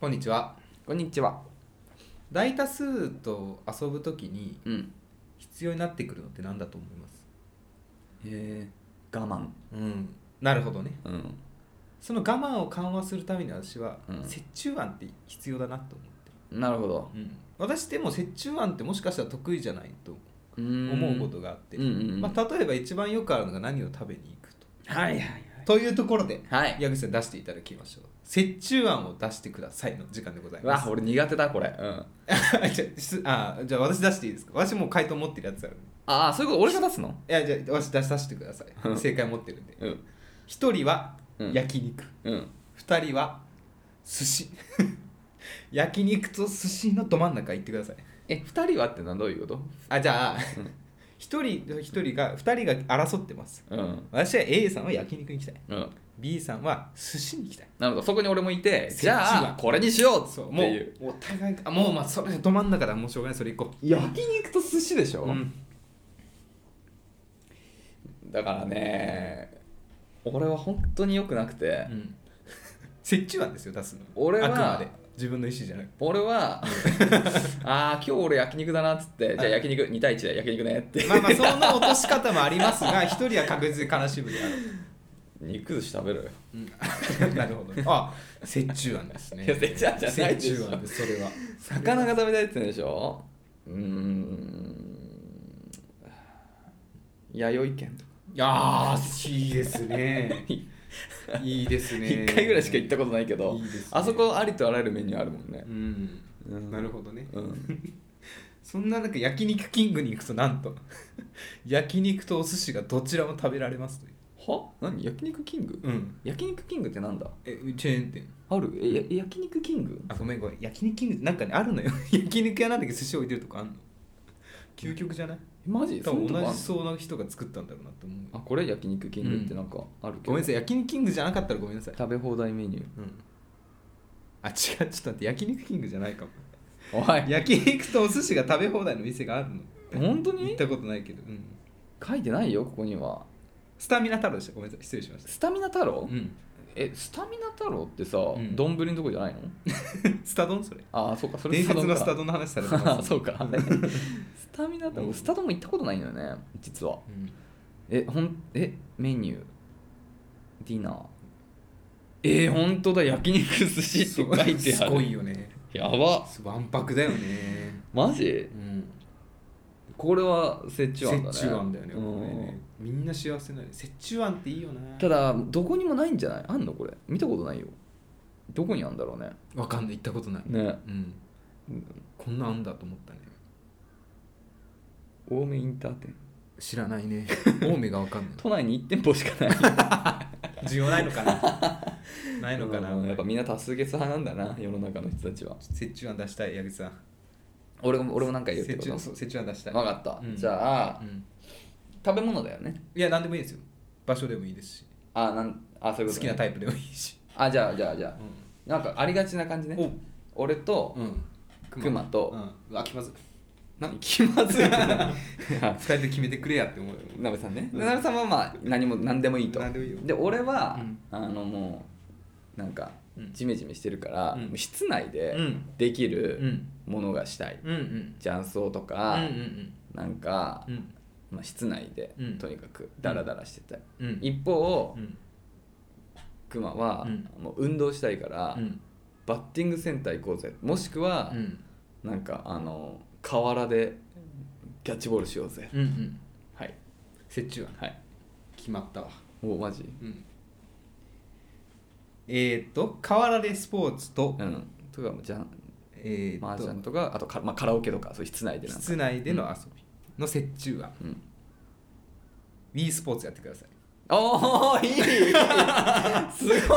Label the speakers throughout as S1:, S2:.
S1: こんにちは
S2: こんにちは。
S1: 大多数と遊ぶときに
S2: うん。
S1: 必要になってくるのって何だと思います
S2: えー、我慢。
S1: うんなるほどね
S2: うん。
S1: その我慢を緩和するために私は
S2: うん
S1: 折衷案って必要だなと思って
S2: なるほど。
S1: る、うん、私でも折衷案ってもしかしたら得意じゃないと
S2: うーん
S1: 思うことがあって、
S2: うんうんうん
S1: まあ、例えば一番よくあるのが何を食べに行くと
S2: はいはい
S1: というところで
S2: はい。はい。
S1: 矢口さん出していただきましょう折衷案を出してくださいの時間でございうま
S2: わ
S1: す、
S2: 俺苦手だ、これ。うん。
S1: あじゃあすあじゃあ私出していいですか私もう回答持ってるやつあるんで
S2: ああ、そういうこと俺が出すの
S1: いやじゃあ私出させてくださ
S2: う
S1: い
S2: ん
S1: 正解持ってるんで
S2: うん。
S1: 一人は
S2: うん
S1: 焼肉
S2: うん。
S1: 二、人は寿司 焼肉と寿司のど真ん中行ってください
S2: え、二人はってのはどういうこと
S1: あじゃあ一人一人が二人が争ってます
S2: うん。
S1: 私は A さんは焼肉に行きたい
S2: うん。
S1: B さんは寿司に行きたい
S2: なるほど。そこに俺もいて、
S1: そっち
S2: じゃあ、
S1: は
S2: これにしよう
S1: そう
S2: って
S1: も
S2: いう
S1: う。お互いがあもうまあそれど真ん中だもうしょうがないそれ行こ
S2: 焼肉と寿司でし
S1: う
S2: ょ、
S1: うん
S2: だからね、俺は本当に良くなくて、
S1: うん折衷案ですよ出すの
S2: 俺は
S1: あくまで自分の意思じゃなく
S2: 俺 は、ああ、今日俺焼肉だなっつって、じゃあ焼肉、2対1で焼肉ねって。
S1: まあまあそんな落とし方もありますが一人は確実に悲しむであろ
S2: 肉寿司食べろよ。
S1: う、 なるほどあ折衷案ですね
S2: いや折衷案じゃないでしょ
S1: 折衷案ですそれは
S2: 魚が食べたいって言うんでしょうーん弥生県とか
S1: いやーいいですねいいですね
S2: 1回ぐらいしか行ったことないけど
S1: いいですね
S2: あそこありとあらゆるメニューあるもんね
S1: うん
S2: うん
S1: なるほどね
S2: うん
S1: そんな中焼肉キングに行くとなんと 焼肉とお寿司がどちらも食べられますという
S2: は何焼肉キング
S1: うん
S2: 焼肉キングってなんだ
S1: えチェーン店
S2: あるえや焼肉キング
S1: あごめんごめん焼肉キングなんかねあるのよ 焼肉屋なんだけど寿司置いてるとこあんの究極じゃない
S2: マジ
S1: 多
S2: そ
S1: 分
S2: んなとこあん
S1: 同
S2: の
S1: じそうな人が作ったんだろうなと思う
S2: あこれ焼肉キングってなんかあるけど
S1: ごめんなさい焼肉キングじゃなかったらごめんなさい、
S2: 食べ放題メニュー
S1: うん、あ違うちょっと待って焼肉キングじゃないかも
S2: おい
S1: 焼肉とお寿司が食べ放題の店があるの
S2: 本当
S1: 行っ
S2: に
S1: たことないけど、うん、
S2: 書いてないよここには
S1: スタミナ太郎でしたごめんなさい失礼しました、
S2: スタミナ太郎
S1: うん、
S2: えスタミナ太郎ってさ
S1: ん
S2: 丼のとこじゃないの
S1: スタ丼それ
S2: ああそうかそれ
S1: 伝説の
S2: か
S1: スタ丼の話されて
S2: あ
S1: ま
S2: ー
S1: す
S2: そうか スタミナって
S1: うん
S2: 俺スタドも行ったことないのよね実は
S1: うん
S2: えほんえメニューディナーえー、本当だ焼肉寿司って書いてある
S1: すごいよね
S2: やば
S1: すわんぱくだよね、
S2: マジ
S1: うん、
S2: これは折衷案だね
S1: 折衷案だよね
S2: うん
S1: これねみんな幸せになる折衷案っていいよな
S2: ただどこにもないんじゃないあんのこれ見たことないよどこにあんだろうね
S1: わかんない行ったことない、
S2: ね
S1: うん、こんなんあんだと思ったね
S2: 青梅インター店
S1: 知らない ね青梅がわかんない
S2: 都内に1店舗しかない
S1: 需要ないのか なないのかな
S2: うんやっぱみんな多数決派なんだな世の中の人たちは
S1: 折衷案出したい矢口さん
S2: 俺も俺もなんか言うって
S1: 折
S2: こと
S1: 衷そう折衷案出したい、
S2: 分かった、
S1: うん
S2: じゃあ、
S1: うん、
S2: 食べ物だよね
S1: いや何でもいいですよ場所でもいいですし
S2: あなんあそういう
S1: 好
S2: こと、
S1: き
S2: ね、
S1: なタイプでもいいし、
S2: あじゃあじゃあじゃ
S1: う
S2: あなんかありがちな感じね
S1: お
S2: 俺と、
S1: んうん、
S2: 熊と
S1: うん、うわ気まずい
S2: 何気まずい な
S1: 二人で決めてくれやって思うよ
S2: なべさんね
S1: うん
S2: なべさんはまあ何も何でもいいと
S1: 何でもいいよ
S2: 俺は、
S1: うん
S2: あのもうなんか
S1: うん
S2: ジメジメしてるから、
S1: うん
S2: 室内で
S1: うん
S2: でき
S1: う
S2: る
S1: ん
S2: ものがしたい、
S1: うんうん
S2: 雀荘と
S1: うん
S2: か、なんか、
S1: うんうん
S2: まあ、室内で、
S1: うん
S2: とにかくダラダラしてたい、
S1: うんうん
S2: 一方、
S1: うん
S2: クマは、
S1: うん
S2: もう運動したいから、
S1: うん
S2: バッティングセンター行こうぜもしくは、
S1: うん
S2: なんかあの河原でキャッチボールしようぜ、
S1: うんうん
S2: はい
S1: 折衷案
S2: はい
S1: 決まったわ
S2: おマジ
S1: うんえー、っと河原でスポーツと、
S2: うんとかもじゃん
S1: えー、
S2: マ
S1: っ
S2: ージャン
S1: と
S2: とかあとか、まあ、カラオケとかそういう室内でなんか
S1: 室内での遊びの折衷案
S2: うん
S1: WE スポーツやってください
S2: お おいいいいすごいす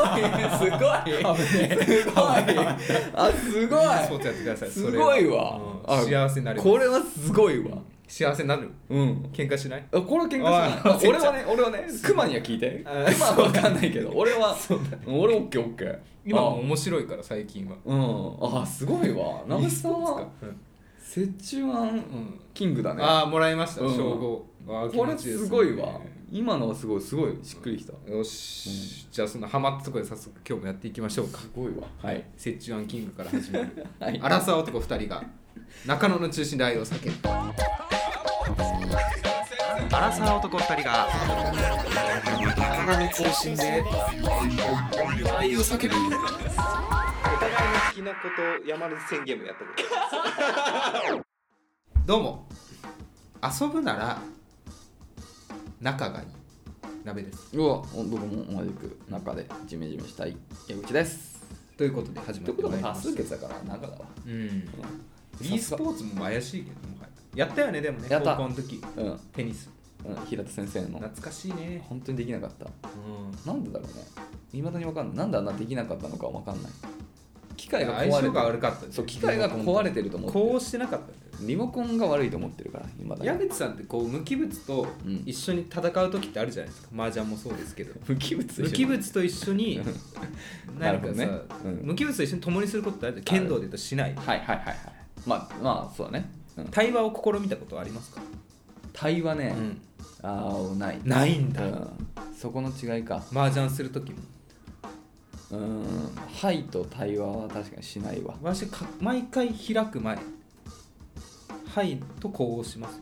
S1: WE スポーツ
S2: ごいすごいあすご
S1: やってください
S2: い
S1: そ
S2: す
S1: れ
S2: ごいわ、
S1: うん
S2: あ
S1: 幸せになる
S2: これはすごいわ
S1: 幸せになる
S2: うん
S1: 喧嘩しない
S2: あこれは喧嘩しない
S1: おい
S2: あ俺はね俺はねクマには聞いてクマ
S1: あ
S2: はわかんないけど俺は俺オッケーオッケー
S1: 今も面白いから最近は
S2: うん、あすごいわ。ナムさんは
S1: うん
S2: 折衷
S1: う
S2: 案
S1: ん
S2: キングだね
S1: ああもらいました
S2: うん
S1: 称号あー
S2: これ
S1: 気持ちですね
S2: ごいわ今のはすごいすごいしっくりきた
S1: よしじゃあそのハマったところで早速今日もやっていきましょうか
S2: すごいわ
S1: はい折衷案キングから始める
S2: はい
S1: アラサー男2人が中野の中心で愛を叫ぶ
S3: アラサー男二人が高波中心で愛を叫ぶ
S1: お互いの好きなことを山根宣言もやったことどうも遊ぶなら仲がいい鍋です
S2: うわ僕も同じく中でジメジメしたい矢口です
S1: ということで始
S2: っ
S1: ま
S2: て
S1: っ
S2: こ
S1: てま
S2: とはい
S1: り
S2: 多
S1: ま
S2: 数
S1: す
S2: 決だから中だわ
S1: うん e スポーツも怪しいけどもはややったよねでもね
S2: やった
S1: 高校の時
S2: うん、
S1: テニス
S2: うん、平田先生の
S1: 懐かしいね、
S2: 本当にできなかった
S1: うん、
S2: なんでだろうね未だに分かんないなんであんなできなかったのか分かんない機械が
S1: 相
S2: 壊れ
S1: 性が
S2: て
S1: 悪
S2: る
S1: かったね
S2: そう機械が壊れてると思ってる
S1: こうしてなかったんだよね
S2: リモコンが悪いと思ってるから今だ
S1: 矢
S2: に
S1: 口さんってこう無機物と
S2: うん
S1: 一緒に戦う時ってあるじゃないですか麻雀もそうですけど
S2: 無機物でしょ
S1: 無機物と一緒に
S2: な
S1: な
S2: る
S1: ん
S2: ほ
S1: か
S2: ど
S1: さ、
S2: ねうん
S1: 無機物と一緒に共にすることってあるじゃん剣道で言うとしない
S2: はいはいはいはいまあまあそうだね、うん、
S1: 対話を試みたことはありますか、
S2: 対話ね、ああない
S1: ないん
S2: う
S1: だ、
S2: ん、そこの違いか
S1: 麻雀する時も
S2: うんはいと対話は確かにしないわ
S1: 私か毎回開く前はいと呼応します、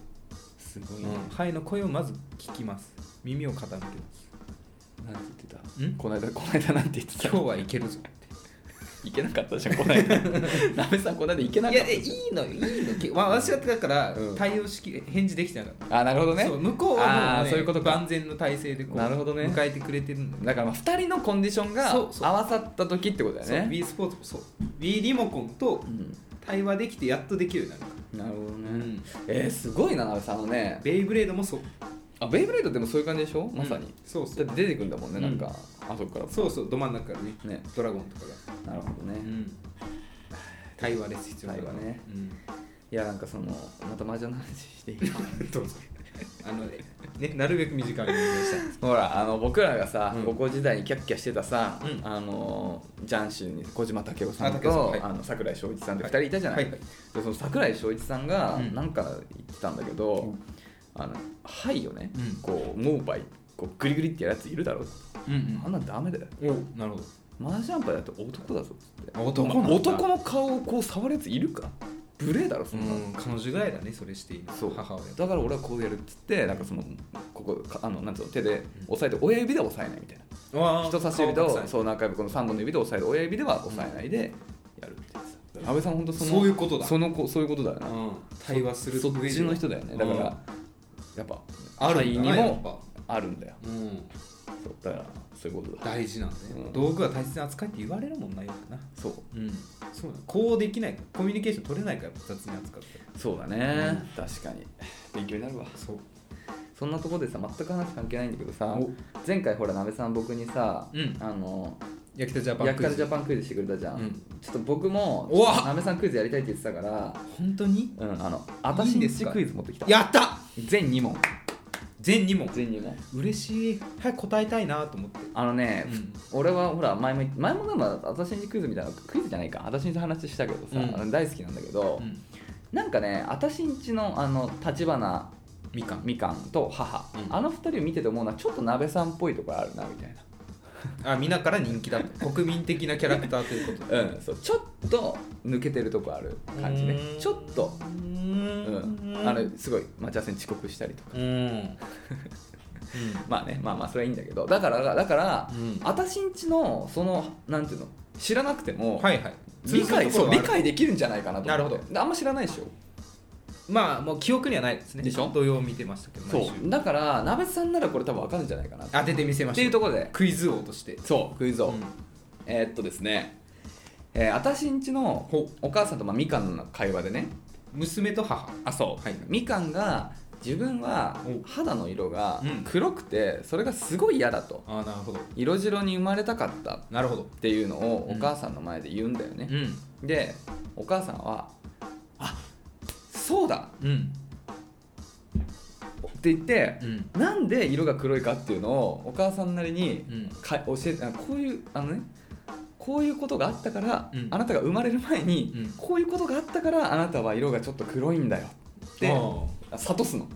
S2: すご
S1: う
S2: いね、
S1: ん、はいの声をまず聞きます耳を傾けます
S2: なんて言ってた
S1: ん
S2: この間この間なんて言ってた
S1: 今日はいけるぞって
S2: いけなかったじゃんこ の間なべさんこの間いけなか
S1: い
S2: った
S1: やいやいいのいいのけ、まあ、 私はだから
S2: うん
S1: 対応しき返事できてなかった、
S2: あなるほどね
S1: そう向こうはも
S2: あ
S1: う、
S2: ー
S1: ね、
S2: そういうことか
S1: 万全の体制でこう
S2: なるほどね
S1: 迎えてくれてるんだけど
S2: だからまあ2人のコンディションが
S1: そうそう
S2: 合わさった時ってことだ
S1: そう
S2: よね
S1: Wii スポーツもそう Wii リモコンと
S2: う
S1: 対話できてやっとできるようになる
S2: んなるほどね、
S1: から、
S2: えー、すごいななべさんあのね
S1: ベイブレードもそう
S2: あベイブレードでもそういう感じでしょまさに、
S1: うんそうそ
S2: だ
S1: う
S2: って出てくるんだもんね、
S1: うん
S2: なんかあそこから
S1: そうそうど真ん中からね
S2: ね
S1: ドラゴンとかが、
S2: なるほどね、い
S1: 対話です必要なの
S2: 対話ね、
S1: う
S2: やなんかそのまた麻雀の話していい
S1: ん、どうぞあのねねなるべく短めにお願いしたい
S2: ほらあの僕らがさ、
S1: うん
S2: 高校時代にキャッキャしてたさ、
S1: うん
S2: あのジャンシーに小島武夫さん
S1: あ武
S2: と
S1: 夫さんはい
S2: あの桜井翔一さんって2人いたじゃない、
S1: はいはい
S2: でその桜井翔一さんが
S1: うん
S2: なんか言ってたんだけど「
S1: うん
S2: あのはい」よね、
S1: うん
S2: こうモーパイこうグリグリってやるやついるだろ
S1: うん
S2: あんなんダメだよ
S1: うんおなるほど
S2: マージャンパイだと男だぞっつって
S1: あ男なんだ
S2: 男の顔をこう触るやついるか無礼だろそんなの、
S1: うん彼女ぐらいだねそれしていいの
S2: そう
S1: 母親と
S2: だから俺はこうやるっつってなんかそのここかあのなんつうの手で押さえて親指で押さえないみたいな人差し指
S1: 顔隠さ
S2: と
S1: ない
S2: そう何回もこの3本の指で押さえて親指では押さえないでやるってやつだ安倍さん本当その
S1: そういうことだ
S2: その子そういうことだよな、
S1: うん対話する
S2: そっちの人だよねだから
S1: うん
S2: やっぱ
S1: ある
S2: 愛
S1: ん
S2: に
S1: だなやっ
S2: も
S1: ぱ
S2: あるんだよ
S1: うん
S2: そうだからそういうことだ
S1: 大事なんだね、
S2: うん
S1: 道具は大切に扱いって言われるもんなよくな
S2: そう
S1: うんそうだこうできないコミュニケーション取れないから雑に扱って
S2: そうだね、確かに勉強になるわ
S1: そう
S2: そんなとこでさ全く話関係ないんだけどさ
S1: お
S2: 前回ほらなべさん僕にさ、
S1: うん
S2: あの
S1: 焼きたジャパン
S2: ヤク
S1: クイ
S2: カル
S1: ズ
S2: ジャパンクイズしてくれたじゃん、
S1: うん
S2: ちょっと僕も
S1: うわ
S2: なべさんクイズやりたいって言ってたから
S1: 本当に
S2: うんあの私
S1: いいん
S2: に
S1: です
S2: ち
S1: か
S2: クイズ持ってきた
S1: やった
S2: 全2問
S1: 全2問
S2: 全2問
S1: 嬉しい早く答えたいなと思って
S2: あのね、
S1: うん
S2: 俺はほら前も言っ前もなんか私にクイズみたいなクイズじゃないか私に話したけどさ、
S1: うん
S2: 大好きなんだけど、
S1: うん
S2: なんかね私んちのあの立花
S1: みかん
S2: みかんと母、
S1: うん
S2: あの二人を見てて思うのはちょっと鍋さんっぽいところあるなみたいな
S1: あ皆から人気だと国民的なキャラクターということで
S2: うん、そうちょっと抜けてるとこある感じね
S1: うん
S2: ちょっと、
S1: う
S2: うんん、あのすごい待ち合わせに遅刻したりとか
S1: うんうん
S2: まあねまあまあそれはいいんだけどだからだから、
S1: うん
S2: 私んちのそのなんていうの知らなくても、
S1: はいはい
S2: 理解
S1: 通ず
S2: そ
S1: るところは
S2: う
S1: あ
S2: 理
S1: る
S2: 解できるんじゃないかなと思って
S1: なるほ
S2: どあんま知らないでしょ
S1: まあもう記憶にはないですね
S2: でしょ
S1: 土曜見てましたけど毎週
S2: だから鍋さんならこれ多分わかるんじゃないかなっ
S1: 当ててみせました
S2: ていうところで
S1: クイズ王として
S2: そうクイズを、
S1: うん
S2: えーっとですね、えー私んちの
S1: ほ
S2: お母さんとまあみかんの会話でね
S1: 娘と母
S2: あそう、
S1: はい
S2: みかんが自分は
S1: お
S2: 肌の色が
S1: うん
S2: 黒くてそれがすごい嫌だと
S1: ああなるほど
S2: 色白に生まれたかったっ
S1: なるほど
S2: ていうのを
S1: う
S2: お
S1: ん
S2: 母さんの前で言うんだよね、
S1: ん
S2: でお母さんは「あそうだ!
S1: うん」
S2: って言って
S1: う、ん
S2: なんで色が黒いかっていうのをお母さんなりに
S1: うん
S2: か教えてあこういうあのねここういうことがあったから、
S1: うん
S2: あなたが生まれる前に、
S1: うん
S2: こういうことがあったからあなたは色がちょっと黒いんだよって諭すの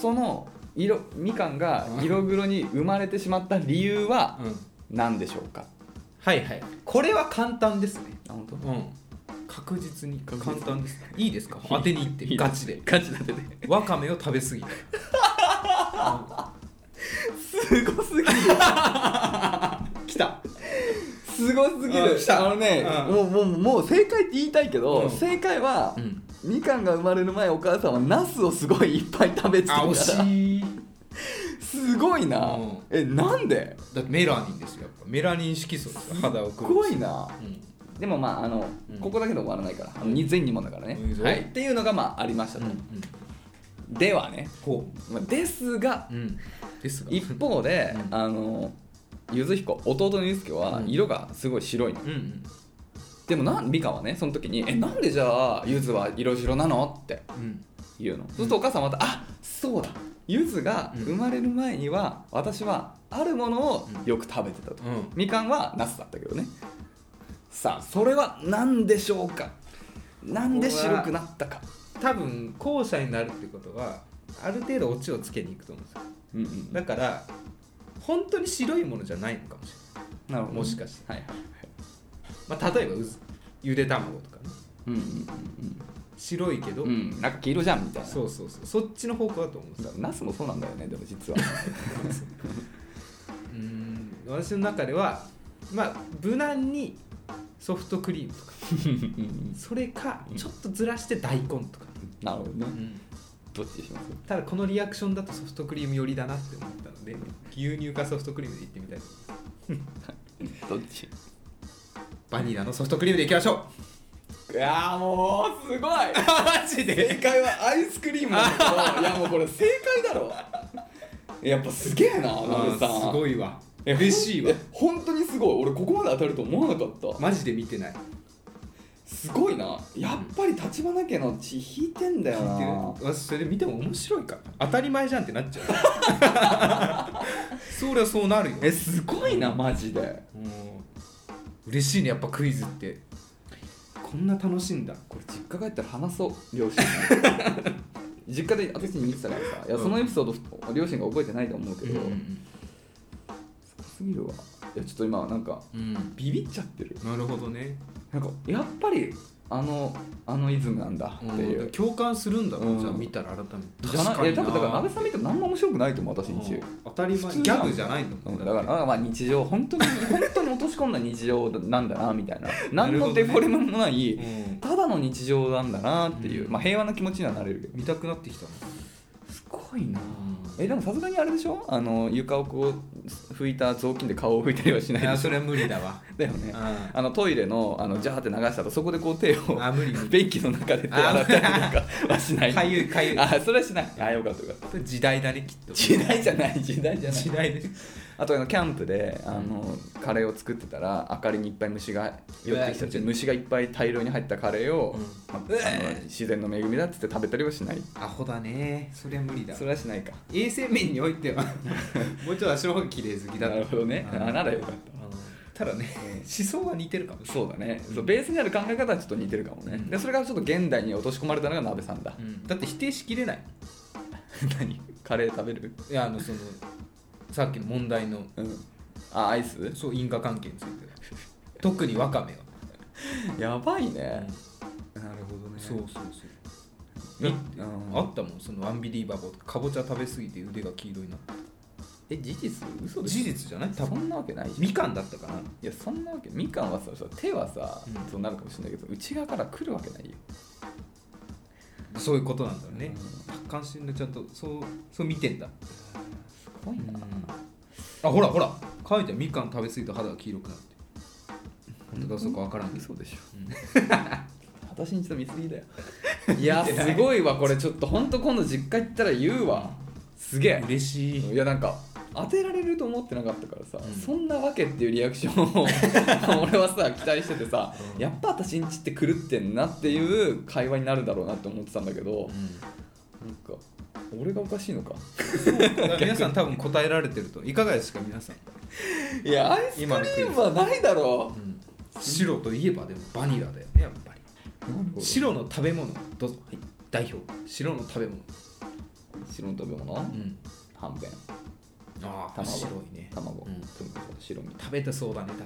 S2: その色みかんが色黒に生まれてしまった理由は
S1: うん、
S2: 何でしょうか
S1: はいはいこれは簡単ですね
S2: あ本当
S1: うん確実に
S2: 確実
S1: 簡
S2: に
S1: 単ですいいですか当てにいって
S2: いいです
S1: ガチで
S2: ガチだってて
S1: わかめを食べ過ぎたうん
S2: すごすぎる
S1: 来た
S2: すごすぎ
S1: あ
S2: る
S1: 来た
S2: あのね、
S1: うん
S2: もうもうもう正解って言いたいけど、
S1: うん
S2: 正解は、
S1: ん
S2: みかんが生まれる前お母さんはナスをすごいいっぱい食べてた
S1: あ
S2: か
S1: 惜
S2: ら
S1: しい
S2: すごいな、
S1: うん
S2: えなんで
S1: だってメラニンですよやっぱメラニン色素ですよ肌を
S2: す
S1: 黒く
S2: ごいな
S1: うん
S2: でもまああの、
S1: うん
S2: ここだけで終わらないからあのに全2問だからね、
S1: いいぞ
S2: はい、っていうのがまあありましたと、
S1: うんうん
S2: ではね、
S1: こ
S2: まあ、ですが
S1: ううんですが
S2: 一方で、
S1: うん
S2: あのゆず彦弟のゆず彦は
S1: うん
S2: 色がすごい白いの、
S1: うんうん
S2: でもなん美香はねその時に「えなんでじゃあゆずは色白なの?」って
S1: うん
S2: 言うの、そうするとお母さんまた「あそうだゆずが
S1: うん
S2: 生まれる前には私はあるものをよく食べてたと」
S1: うん
S2: みかんはナスだったけどねさあそれは何でしょうかなんで白くなったか
S1: 多分後者になるってことはある程度オチをつけにいくと思うんですよ
S2: うんうん
S1: だから本当に白いものじゃないのかもしれない
S2: なるほど
S1: もしかして
S2: はいはいはい
S1: まあ、例えばうずゆで卵とかね
S2: うんうん
S1: 白いけど、
S2: うんうんうんなんか黄色じゃんみたいな
S1: そうそうそうそっちの方向だと思うんですよ
S2: ナスもそうなんだよねでも実は
S1: うーん私の中ではまあ無難にソフトクリームとか
S2: うん
S1: それか
S2: うん
S1: ちょっとずらして大根とか、
S2: なるほどねどっちにします
S1: ただこのリアクションだとソフトクリーム寄りだなって思ったので牛乳かソフトクリームでいってみたいと思います
S2: どっち
S1: バニラのソフトクリームでいきましょう
S2: いやーもうすごい
S1: マジ
S2: 正解はアイスクリームなんだけどいやもうこれ正解だろやっぱすげえなナ
S1: あ
S2: ベさん
S1: ーすごいわ
S2: え
S1: 嬉しいわ
S2: え本当にすごい俺ここまで当たると思わなかった
S1: マジで見てない
S2: すごいなやっぱり立花家の血引いてんだよな
S1: 聞いてる私それ見ても面白いから当たり前じゃんってなっちゃうそりゃそうなるよ
S2: えすごいなマジで
S1: うん嬉しいねやっぱクイズってこんな楽しいんだ
S2: これ実家帰ったら話そう両 親に実家で私に見てたからさいや
S1: うん
S2: そのエピソード両親が覚えてないと思うけど、
S1: ん
S2: すごすぎるわいやちょっと今なんか
S1: うん
S2: ビビっちゃってる
S1: なるほどね
S2: なんかやっぱりあのあのイズムなんだっていう、
S1: 共感するんだろう、
S2: うん
S1: じゃあ見たら改めて
S2: じゃないいや多分だから安倍さん見ても何も面白くないと思う私
S1: うん
S2: にち
S1: 当たり前
S2: 普通
S1: ギ
S2: なの
S1: ャグじゃないんだ
S2: う
S1: もん
S2: んだから
S1: だっ
S2: あまあ日常本当に 本当に落とし込んだ日常なんだなみたいな何
S1: るほど
S2: の
S1: ね
S2: デフォルメもない、
S1: てうん
S2: ただの日常なんだなっていう、
S1: うん
S2: まあ平和な気持ちにはなれるけど
S1: 見たくなってきたな
S2: すごいなえでもさすがにあれでしょあの床をこう拭いた雑巾で顔を拭いたりはしない
S1: いや
S2: でしょ
S1: それは無理だわ
S2: だよね
S1: あ
S2: あのトイレのあのジャーって流したとそこでこう手を
S1: あ無理無理
S2: 便器の中で手洗ったりと かはしない
S1: かゆいかゆい
S2: あそれはしないあよかったよかった
S1: 時代だねきっと
S2: 時代じゃない時代じゃない
S1: 時代で
S2: あとあのキャンプであのカレーを作ってたら明かりにいっぱい虫が寄ってきちゃって虫がいっぱい大量に入ったカレーを、
S1: うん
S2: まああの自然の恵みだっつって食べたりはしない
S1: アホだねそりゃ無理だ
S2: それはしないか
S1: 衛生面において はもうちょっと足の方が綺麗好きだ
S2: なるほどね
S1: うん
S2: あならよかった
S1: だね思想は似てるかも
S2: たそうだね、
S1: うん
S2: そうベースにある考え方はちょっと似てるかもね、
S1: うん
S2: でそれがちょっと現代に落とし込まれたのが鍋さんだ、
S1: うんだって否定しきれない
S2: 何カレー食べる
S1: いやあのそのさっきの問題の
S2: うんあアイス
S1: そう因果関係について特にわかめは、
S2: やばいね、
S1: なるほどねそうそうそう
S2: み
S1: み
S2: うん
S1: あったもんそのアンビリーバボーとかかぼちゃ食べ過ぎて腕が黄色になった
S2: え事実嘘でし
S1: 事実じゃない
S2: ょ
S1: 多
S2: そ
S1: 分
S2: んなわけないじゃん
S1: みかんだったかない
S2: やそんなわけみかんはささ手はさ、
S1: うん
S2: そうなるかもしれないけど内側から来るわけないよ
S1: そういうことなんだろうね
S2: うん
S1: 達観心でちゃんとそうそう見てんだ
S2: すごいな、
S1: あほらほら書いてあるみかん食べ過ぎと肌が黄色くなるって本当かそうか分からんけど
S2: 嘘でしょ
S1: うん
S2: 私にちょっと見過ぎだよいやすごいわこれちょっと本当今度実家行ったら言うわすげえ
S1: 嬉しい
S2: いやなんか当てられると思ってなかったからさ、
S1: うん
S2: そんなわけっていうリアクションを 俺はさ期待しててさ、
S1: うん
S2: やっぱ私んちって狂ってんなっていう会話になるだろうなって思ってたんだけど、なんか俺がおかしいのか
S1: 皆さん多分答えられてるといかがですか皆さん
S2: いやアイスクリ
S1: 今のクイズ
S2: ームはないだろ
S1: 白といえばでもバニラだよねやっぱり
S2: う白
S1: 白の食べ物どうぞ、はい、代表白の食べ物
S2: 白の食べ物、
S1: ん
S2: はんぺん
S1: ああ
S2: 卵
S1: 白いね
S2: 卵、
S1: うん
S2: 白身
S1: 食べたそうだね確か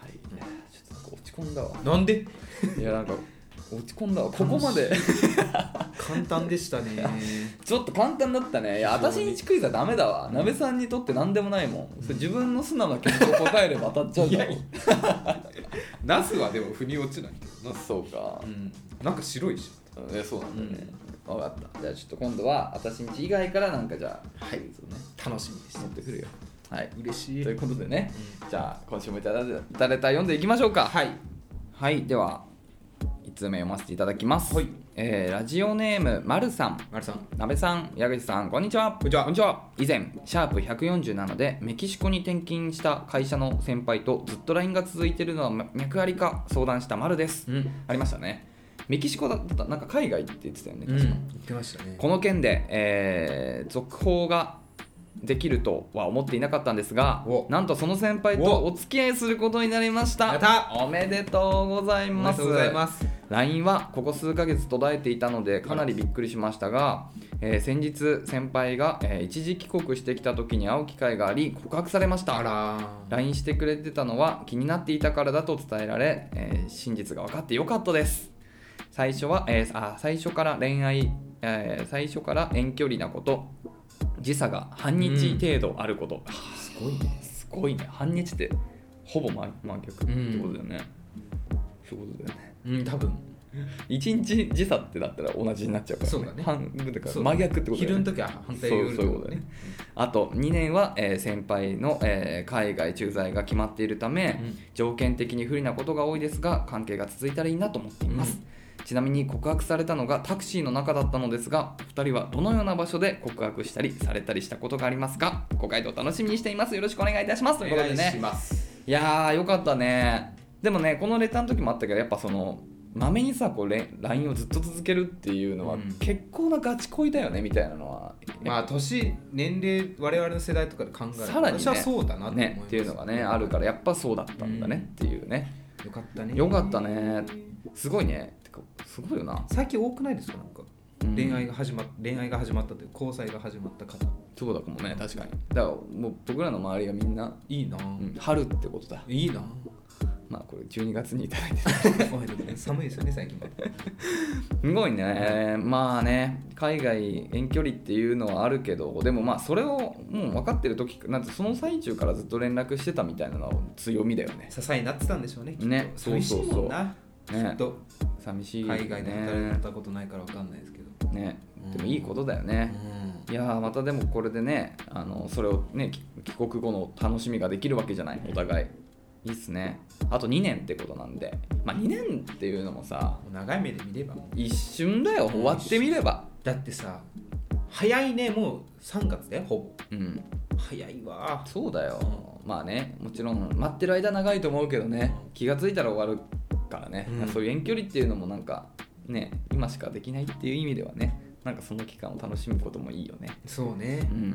S2: はい、ちょっとなんか落ち込んだわ
S1: になんで
S2: いやなんか落ち込んだわここまで
S1: 簡単で したね
S2: ちょっと簡単だったねいや
S1: 非常に
S2: 私にチクイズはダメだわなべさんにとって何でもないもんそれ自分の素直な気持ちを答えれば当たっちゃうだろ
S1: いや ナスはでも腑に落ちないけどな
S2: そうか
S1: うんなんか白いし
S2: えそうなんだよね、分かったじゃあちょっと今度は私んち以外からなんかじゃあはいですね
S1: 楽しみにして
S2: 持ってくるよはい
S1: 嬉しい
S2: ということでね、じゃあ今週もいただいたレター読んでいきましょうかはい、はい、では1通目読ませていただきます、
S1: はい
S2: えーラジオネームまるさん
S1: マルさん
S2: なべさん、矢口さん、こんにちは。こんにちは。以前、シャープ147でメキシコに転勤した会社の先輩とずっと LINE が続いてるのは脈ありか相談したまるです。
S1: うん
S2: ありましたね。メキシコだった、なんか海外って言ってたよね、
S1: うん
S2: 確か。
S1: 言ってましたね
S2: この件で、えー続報ができるとは思っていなかったんですが
S1: お
S2: なんとその先輩と
S1: お
S2: お付き合いすることになりました
S1: やった
S2: おめでとうござい
S1: お
S2: ま
S1: めですとうございます
S2: LINE はここ数ヶ月途絶えていたのでかなりびっくりしましたが、えー先日先輩が、えー一時帰国してきた時に会う機会があり告白されました
S1: あら
S2: LINE してくれてたのは気になっていたからだと伝えられ、えー真実が分かってよかったです最初は、えーあ最初から恋愛、えー最初から遠距離なこと時差が半日程度あること、すごいねすごいね半日ってほぼ真真逆ってことだよね、そういうことだよね
S1: うん多分
S2: 1日時差ってだったら同じになっちゃうから、
S1: そうだね
S2: 半分だから
S1: そう
S2: 真逆ってことだよ
S1: 昼
S2: ね
S1: の時は反対
S2: そう
S1: 夜
S2: そういうことだねあと2年は、えー先輩の、えー海外駐在が決まっているため、
S1: うん
S2: 条件的に不利なことが多いですが関係が続いたらいいなと思っています、ちなみに告白されたのがタクシーの中だったのですが2人はどのような場所で告白したりされたりしたことがありますかご回答楽しみにしていますよろしくお願いいたしますという
S1: お
S2: こと
S1: 願
S2: で
S1: いし
S2: ね
S1: ます
S2: いやーよかったねでもねこのレターの時もあったけどやっぱそのまめにさこうれ LINE をずっと続けるっていうのは、
S1: うん
S2: 結構なガチ恋だよねみたいなのは
S1: まあ年年齢我々の世代とかで考えると
S2: さらにね
S1: 私はそうだなと思い
S2: ね
S1: ま、
S2: っ
S1: す
S2: ていうのがねあるからやっぱそうだったんだねっていうね、
S1: よかったね
S2: よかったねすごいねてかすごいよな、
S1: 最近多くないですかなんか
S2: うん
S1: 恋愛が始まっ恋愛が始まったという交際が始まった方
S2: そうだかもね確かにだからもう僕らの周りがみんな、
S1: いいな、
S2: うん、春ってことだ
S1: い いな
S2: まあこれ12月にいただい て
S1: おいでもね寒いですよね最近は
S2: すごいねまあね海外遠距離っていうのはあるけどでもまあそれをもう分かってる時なんてその最中からずっと連絡してたみたいなのは強みだよね
S1: 支えになってたんでしょうねきっと
S2: ね
S1: 寂しいもんな
S2: ね
S1: きっと
S2: 寂しいね
S1: 海外で働いたことないからわかんないですけど、
S2: ねでもいいことだよね、
S1: うん
S2: いやーまたでもこれでねあのそれをねき帰国後の楽しみができるわけじゃないお互いいいっすねあと2年ってことなんでまあ2年っていうのもさ
S1: もう長い目で見れば
S2: 一瞬だよ終わってみれば
S1: だってさ早いねもう3月でほ
S2: うん
S1: ぼ早いわ
S2: そうだよまあねもちろん待ってる間長いと思うけどね気がついたら終わるからね、
S1: うん
S2: そういう遠距離っていうのもなんかね今しかできないっていう意味ではねなんかその期間を楽しむこともいいよね
S1: そうね、
S2: うん
S1: いいね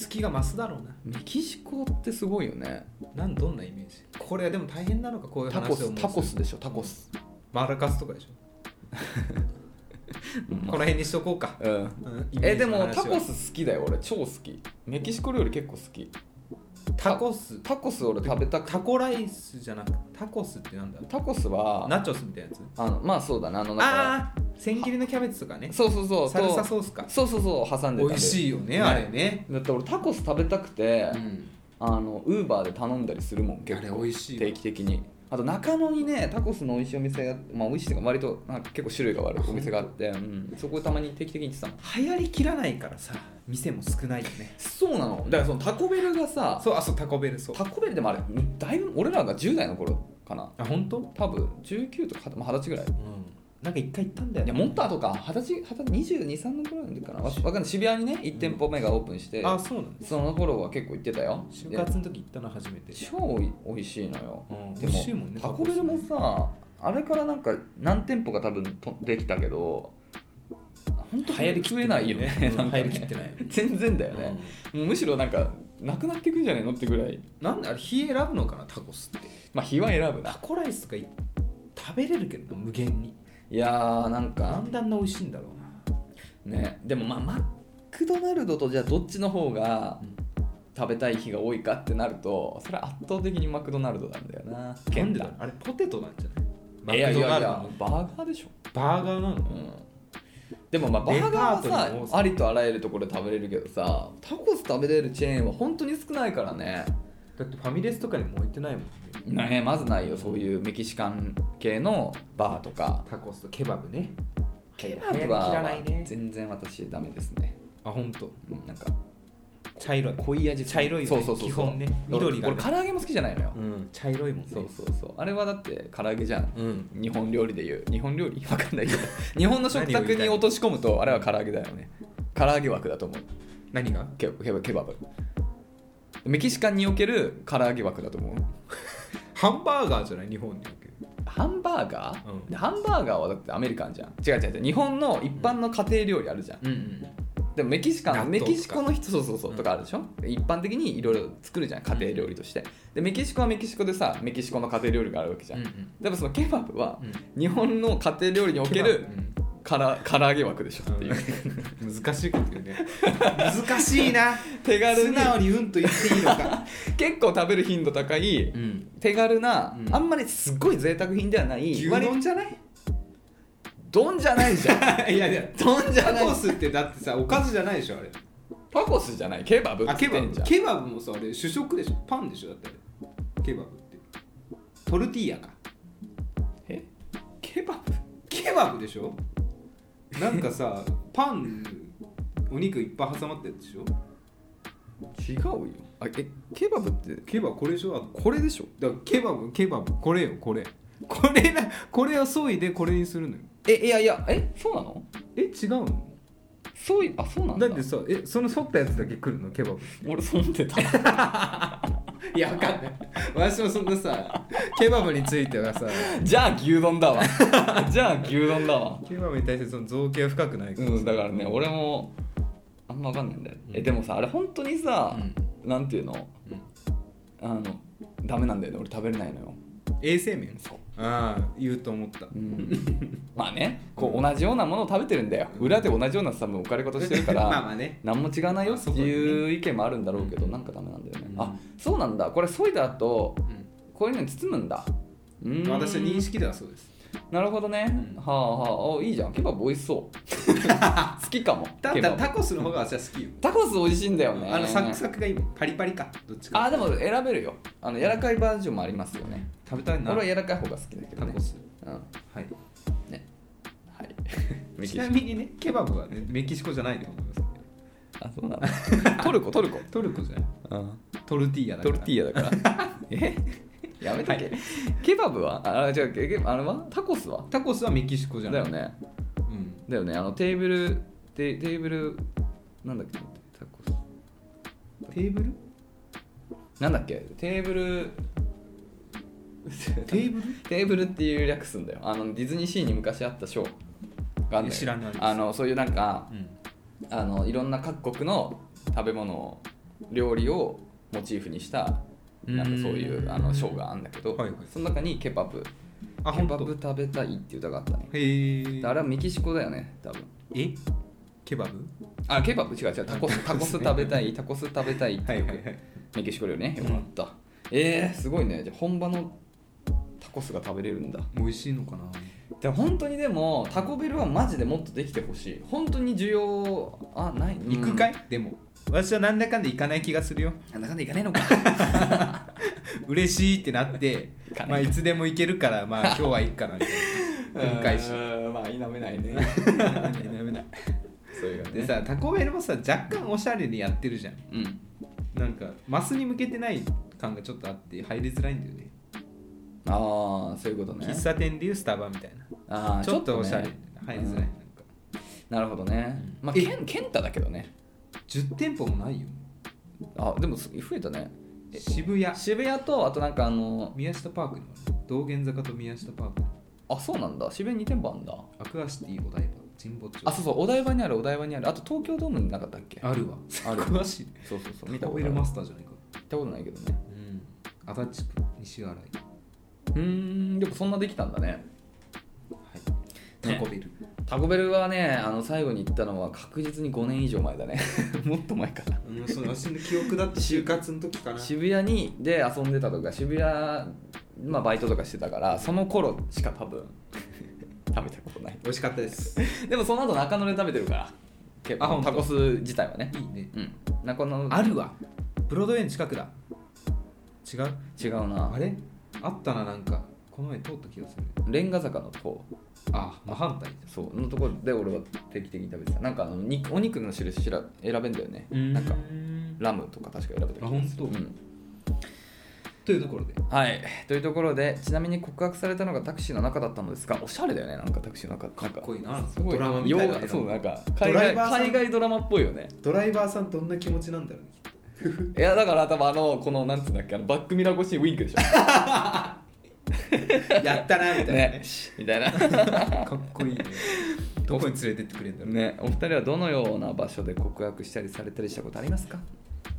S1: 好きが増すだろうな
S2: メキシコってすごいよね
S1: なんどんなイメージこれはでも大変なのかこういう
S2: タ
S1: 話
S2: コ
S1: をも
S2: ス
S1: う
S2: タコスでしょタコス、
S1: マラカスとかでしょ、この辺にしとこうか、
S2: うん
S1: うん
S2: えでも
S1: イ
S2: タ
S1: メージの話
S2: コ
S1: は
S2: ス好きだよ俺超好きメキシコ料理結構好き
S1: タコス
S2: タコス俺食べたく
S1: タコライスじゃなくタコスってなんだ
S2: タコスは
S1: ナチョスみたいなやつ
S2: あのまあそうだなあのだか
S1: ああー千切りのキャベツとかね
S2: らそうそうそう
S1: サルサ
S2: と
S1: ソースか
S2: そうそうそう挟んで
S1: 美味
S2: い
S1: しいよね
S2: ね
S1: あれね
S2: だって俺タコス食べたくて、
S1: ん
S2: あのウーバーで頼んだりするもん
S1: あ
S2: 結
S1: れ
S2: 構
S1: 美味しい
S2: 定期的にあと中野にねタコスの美味しいお店がまあ美味しいっていうか割となんか結構種類があるお店があって、うん、そこたまに定期的に行ってたもん
S1: 流行りきらないからさ店も少ないよね
S2: そうなのだからそのタコベルがさ
S1: そうあそうタコベルそう
S2: タコベルでもあれだいぶ俺らが10代の頃かな
S1: あ本当うん
S2: 多分19とかまあ二十歳ぐらい
S1: なんか一回行ったんだよ
S2: いや
S1: ね
S2: もっと後か二十歳2223の頃なんかなわわかんない渋谷にね1店舗目がオープンして、
S1: あそうなんです
S2: その頃は結構行ってたよ
S1: 就活の時行ったの初めて
S2: で超美味しいのよ、
S1: うん
S2: で
S1: 美味しいもんね
S2: タコベルもさあれからなんか何店舗か多分とできたけど本当
S1: 流行りきって
S2: 増えないよね
S1: うん
S2: なんかね
S1: 流行りきってない
S2: 全然だよね、もうむしろなんかなくなっていくんじゃないのってぐらい
S1: なんであれ火選ぶのかなタコスって
S2: まあ日は選ぶ
S1: タ
S2: な
S1: コライスとかい食べれるけどな無限に
S2: いやーなん
S1: な
S2: か
S1: んであんな美味しいんだろうな
S2: ねでもまあマックドナルドとじゃあどっちの方が食べたい日が多いかってなるとそれは圧倒的にマクドナルドなんだよな
S1: なんでだろ
S2: だ
S1: うあれポテトなんじゃない
S2: いやい
S1: マクド
S2: や
S1: ナ
S2: い
S1: ルド
S2: や
S1: の
S2: バーガーでしょ
S1: バーガーなの
S2: でもまあバーガー
S1: デパートに
S2: は
S1: も
S2: さありとあらゆるところで食べれるけどさタコス食べれるチェーンは本当に少ないからね
S1: だってファミレスとかにも置いてないもんね
S2: ねまずないよそういうメキシカン系のバーとか
S1: タコスとケバブね
S2: ケ
S1: バブは
S2: 全然私ダメですね
S1: あ本当。
S2: うんなんか
S1: 茶色い
S2: 濃い味
S1: 茶色いよね
S2: そうそうそうそう
S1: 基本ね
S2: 俺
S1: 緑がね
S2: 俺唐揚げも好きじゃないのよ、
S1: うん茶色いもんね
S2: そうそうそうあれはだって唐揚げじゃん
S1: うん
S2: 日本料理でいう日本料理 わかんないけど日本の食
S1: 何を
S2: 卓
S1: 言いた
S2: に
S1: い
S2: 落とし込むとあれは唐揚げだよね唐揚げ枠だと思う
S1: 何が
S2: ケケバケバブメキシカンにおける唐揚げ枠だと思う
S1: ハンバーガーじゃない日本における
S2: ハンバーガー、
S1: うん
S2: でハンバーガーはだってアメリカンじゃん違う違う違う日本の一般の家庭料理あるじゃん、
S1: うんうん
S2: でもメキシカ
S1: 納
S2: ン
S1: 豆
S2: メ
S1: とか
S2: キシコの人そうそうそうとかあるでしょ、一般的にいろいろ作るじゃん家庭料理として、でメキシコはメキシコでさメキシコの家庭料理があるわけじゃん、
S1: うん
S2: でもそのケバブは
S1: うん
S2: 日本の家庭料理におけるから唐揚げ枠でしょっていう、
S1: うん難しいこと言うね難しいな
S2: 手軽
S1: 素
S2: に
S1: 直にうんと言っていいのか
S2: 結構食べる頻度高い
S1: うん
S2: 手軽な、
S1: うん
S2: あんまりすっごい贅沢品ではない
S1: 牛
S2: 割
S1: 丼じゃない
S2: 丼じゃないじゃん
S1: いやいや
S2: 丼じゃ
S1: タ
S2: ない
S1: コスってだってさおかずじゃないでしょあれ
S2: タコスじゃないケバブっ
S1: あ
S2: つ
S1: ケ
S2: って
S1: バ
S2: んじ
S1: ブ
S2: ゃん
S1: ケバブもさあれ主食でしょパンでしょだってあれケバブってトルティーヤか
S2: え
S1: ケバブケバブでしょなんかさパンお肉いっぱい挟まったやつでしょ
S2: 違うよあえケバブって
S1: ケバブこれでしょあと
S2: これでしょ
S1: だからケバブケバブこれよこれこれなこれを削いでこれにするのよ
S2: えいやいやえそうなの
S1: え違うの
S2: そういあそうなん
S1: だ
S2: だ
S1: ってさえその削ったやつだけ来るのケバブ
S2: 俺そんでた
S1: いやわかんない私もそんなさケバブについてはさ
S2: じゃあ牛丼だわ じゃあ牛丼だわ
S1: ケバブに対してその造形は深くない
S2: うんだからね俺もあんま分かんないんだよ、えでもさあれ本当にさ、なんていうの
S1: うん
S2: あのダメなんだよね俺食べれないのよ
S1: 衛生面ああ言うと思った
S2: うん まあねこう同じようなものを食べてるんだよ裏で同じようなさもう置かれ方してるから
S1: まあまあね
S2: 何も違わないよっていう意見もあるんだろうけどなんかダメなんだよね、
S1: うん
S2: あそうなんだこれ削いだ後こういうのに包むんだうーん
S1: 私は認識ではそうです
S2: なるほどね、
S1: うん
S2: はあはあおいいじゃんケバブ美味 しそう好きかも
S1: た
S2: ケ
S1: だ
S2: バブ
S1: タコスの方が私は好きよ
S2: タコス美味しいんだよね
S1: あのサクサクがいいもんパリパリかどっちか
S2: あでも選べるよあの柔らかいバージョンもありますよね
S1: 食べたい
S2: 俺
S1: な
S2: は柔らかい方が好きだけど
S1: タ
S2: ね
S1: コス
S2: うんは
S1: はい
S2: い
S1: ちなみにねケバブはねメキシコじゃないと思います
S2: あそうなの トルコトルコ、
S1: トルコじゃない
S2: うん、
S1: トルティーヤだか
S2: ト
S1: ら
S2: ルティーヤだから えやめとけ、ケバブはあ違うケケあれはタコスは
S1: タコスはメキシコじゃ
S2: だ
S1: ない
S2: よね
S1: うん
S2: だよねあのテーブルテテーブルなんだっけタコス
S1: テーブル
S2: なんだっけテーブル
S1: テーブル
S2: テーブルっていう略すんだよあのディズニーシーに昔あったショーがあんのよ
S1: 知らないです
S2: あのそういうなんか
S1: うん
S2: あのいろんな各国の食べ物を料理をモチーフにしたなんかそういううんあのショーがあるんだけど、
S1: はいはい
S2: その中にケバブ
S1: あ
S2: ケ
S1: 本
S2: バ
S1: 当。
S2: ブ食べたいっていう歌があったね
S1: へえ
S2: あれはメキシコだよね多分
S1: えケバブ
S2: あケバブ違う違うタコスタコス食べたいタコス食べたいって
S1: はいいうはいはい
S2: メキシコ料理ねよかった、えー、すごいねじゃあ本場のタコスが食べれるんだ
S1: 美味しいのかな
S2: で本当にでもタコベルはマジでもっとできてほしい本当に需要あない
S1: 行くかいでも私はなんだかんだ行かない気がするよ
S2: うんなんだかんだいかねえのか
S1: 嬉しいってなって
S2: 行かない
S1: まあいつでも行けるから まあ今日は行くかなみたいな繰り返し
S2: うんまあ否めないね
S1: ダメだ
S2: そういう
S1: で
S2: ね
S1: さタコベルもさ若干おしゃれにやってるじゃん
S2: うん
S1: なんかマスに向けてない感がちょっとあって入りづらいんだよね
S2: ああそういうことね
S1: 喫茶店でいうスタバみたい
S2: あ
S1: な
S2: ー
S1: ちょっとおしゃれ
S2: ね
S1: 入りづらいなんか
S2: なるほどねまあ
S1: え
S2: ケンケンタだけどね
S1: 10店舗もないよ
S2: あでもす増えたねえ
S1: 渋谷
S2: 渋谷とあとなんかあの
S1: 宮下パークにもある道玄坂と宮下パーク
S2: あそうなんだ渋谷2店舗あんだ
S1: アクアシティお台場神保町
S2: あそうそうお台場にあるお台場にあるあと東京ドームになかったっけ
S1: あるわ
S2: ある
S1: 詳しい
S2: そうそうそう見た
S1: オ
S2: こ
S1: イ
S2: とな
S1: ル
S2: い
S1: マ
S2: 行
S1: スターじゃないか
S2: ったことないけどね
S1: うん足立区西新井
S2: うーんでもそんなできたんだね
S1: タコビル、
S2: タコベルはねあの最後に行ったのは確実に5年以上前だね もっと前かな
S1: うん、その私の記憶だ って就活の時かな
S2: 渋谷にで遊んでたとか渋谷、まあ、バイトとかしてたからその頃しか多分 食べたことない
S1: 美味しかったです
S2: でもその後中野で食べてるから結
S1: あ
S2: 構
S1: 本当
S2: タコス自体はね
S1: いいね
S2: うん中野
S1: あるわブロードウェイの近くだ違う
S2: 違うな
S1: あれあったななんかこの前通った気がする
S2: レンガ坂の方
S1: あ真反対
S2: そうのところで俺は定期的に食べてたなんかあの肉お肉の種類しら選べんだよね
S1: だ
S2: なんかラムとか確か選べた気が
S1: あ本当、
S2: うん
S1: というところで
S2: はいというところでちなみに告白されたのがタクシーの中だったのですがおしゃれだよねなんかタクシーの中かっ
S1: かっこいいな
S2: すごい
S1: ドラマみたいな
S2: 洋画そうなんか
S1: ド
S2: 海
S1: ラ
S2: 外
S1: イバーさん
S2: 海外ドラマっぽいよね
S1: ドライバーさんどんな気持ちなんだろうねきっと
S2: いやだから多分あのこのなんつうんだっけあのバックミラー越しにウィンクでしょ
S1: やったなみたいな
S2: ね
S1: ね
S2: みたいな
S1: かっこいいねどこに連れてってくれるん だろうね
S2: ねお二人はどのような場所で告白したりされたりしたことありますか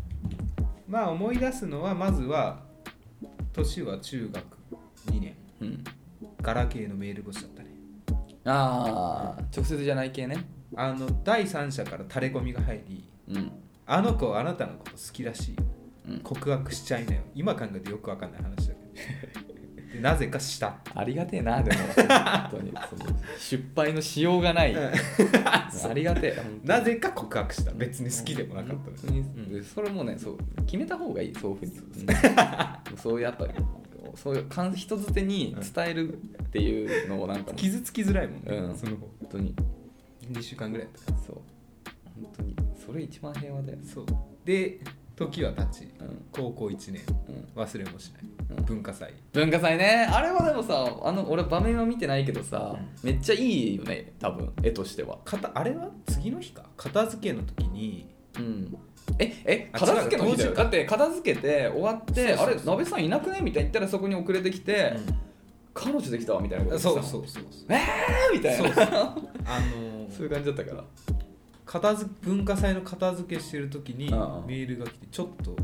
S1: まあ思い出すのはまずは年は中学2年
S2: うん
S1: ガラケーのメール越しだったね
S2: ああ直接じゃない系ね
S1: あの第三者からタレコミが入り
S2: うん
S1: あの子あなたのこと好きらしいよ
S2: うん
S1: 告白しちゃいなよ今考えてよくわかんない話だけどでなぜかした
S2: ありがてえな でも本当にその失敗のしようがないありがてえ本当に
S1: なぜか告白した別に好きでもなかったの
S2: 本当に
S1: うん
S2: それもねそう決めた方がいいそういうふうにうん そういうやっぱそういう感人づてに伝えるっていうのをなんかもう
S1: 傷つきづらいもんね、
S2: うん
S1: その方
S2: 本当に
S1: 2週間ぐらいやったか
S2: そう本当にそれ一番平和だよ
S1: らそうで時は経ち
S2: うん
S1: 高校1年
S2: うん
S1: 忘れもしない、
S2: うん
S1: 文化祭
S2: 文化祭ねあれはでもさあの俺場面は見てないけどさめっちゃいいよね多分絵としては
S1: 片あれは次の日か片付けの時に
S2: うんええ
S1: あ
S2: 片付けの日だ
S1: 違
S2: よ
S1: う
S2: だって片付けて終わって
S1: そうそうそう
S2: あれ鍋さんいなくねみたいに言ったらそこに遅れてきて、彼女できたわみたいなこと
S1: そう
S2: う
S1: そうそうそう
S2: みたい
S1: そう
S2: な
S1: そ
S2: そ うう
S1: あのー
S2: いう感じだったから
S1: 片付文化祭の片付けしてる時に
S2: うんうん
S1: メールが来てちょっと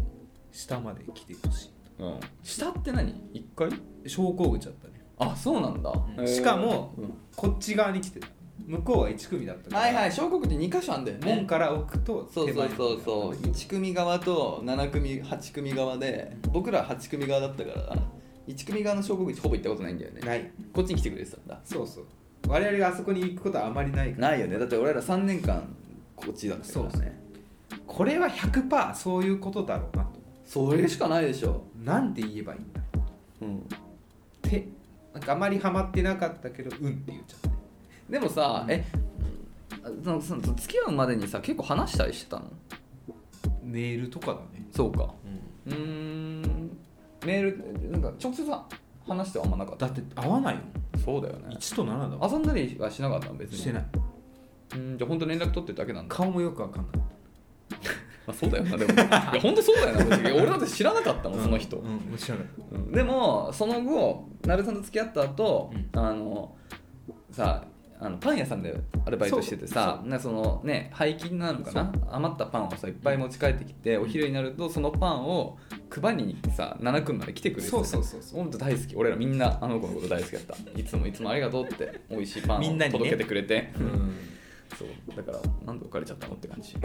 S1: 下まで来てほし
S2: うん下って何一回
S1: い昇降口だったね
S2: あそうなんだ、
S1: うん
S2: へー
S1: しかも
S2: うん
S1: こっち側に来てた向こうは1組だったから、
S2: はいはい小国って2箇所あんだよね
S1: 門から置くと
S2: そうそうそう
S1: 手前
S2: そう
S1: に
S2: 1組側と7組8組側で僕ら8組側だったから1組側の小国口ほぼ行ったことないんだよね
S1: ない
S2: こっちに来てくれてたんだ
S1: そうそう我々があそこに行くことはあまりないから
S2: ないよねだって俺ら3年間こっちだったから
S1: そう
S2: ね
S1: これは100%そういうことだろうなと
S2: それしかないでしょ、
S1: なんて言えばいいんだろ
S2: うん、
S1: うってなんかあまりハマってなかったけどうんって言っちゃったね
S2: でもさえそのその付き合うまでにさ結構話したりしてたの
S1: メールとかだね
S2: そうかうーんメールなんか直接は話してはあんまなかっ
S1: だ
S2: た
S1: って合わないよ
S2: そうだよね
S1: 1と7だわ
S2: 遊んだりはしなかったの別に
S1: してない
S2: うんじゃあ本当連絡取ってるだ けなんだ
S1: 顔もよくわかんない
S2: まあ、そうだよなでもいや本当そうだよな別に俺だって知らなかったもんその人、
S1: うんうん知らない
S2: うんでもその後なるさんと付き合った後、
S1: うん
S2: あのさあのパン屋さんでアルバイトしててさそそのね廃棄なのかな余ったパンをさいっぱい持ち帰ってきて、お昼になるとそのパンを配りにさ7組まで来てくれて
S1: そうそうそう そう
S2: 本当大好き俺らみんなあの子のこと大好きだったいつもいつもありがとうって美味しいパンを
S1: みんなにね
S2: 届けてくれて、
S1: うん
S2: そうだからなんで別れちゃったのって感 じ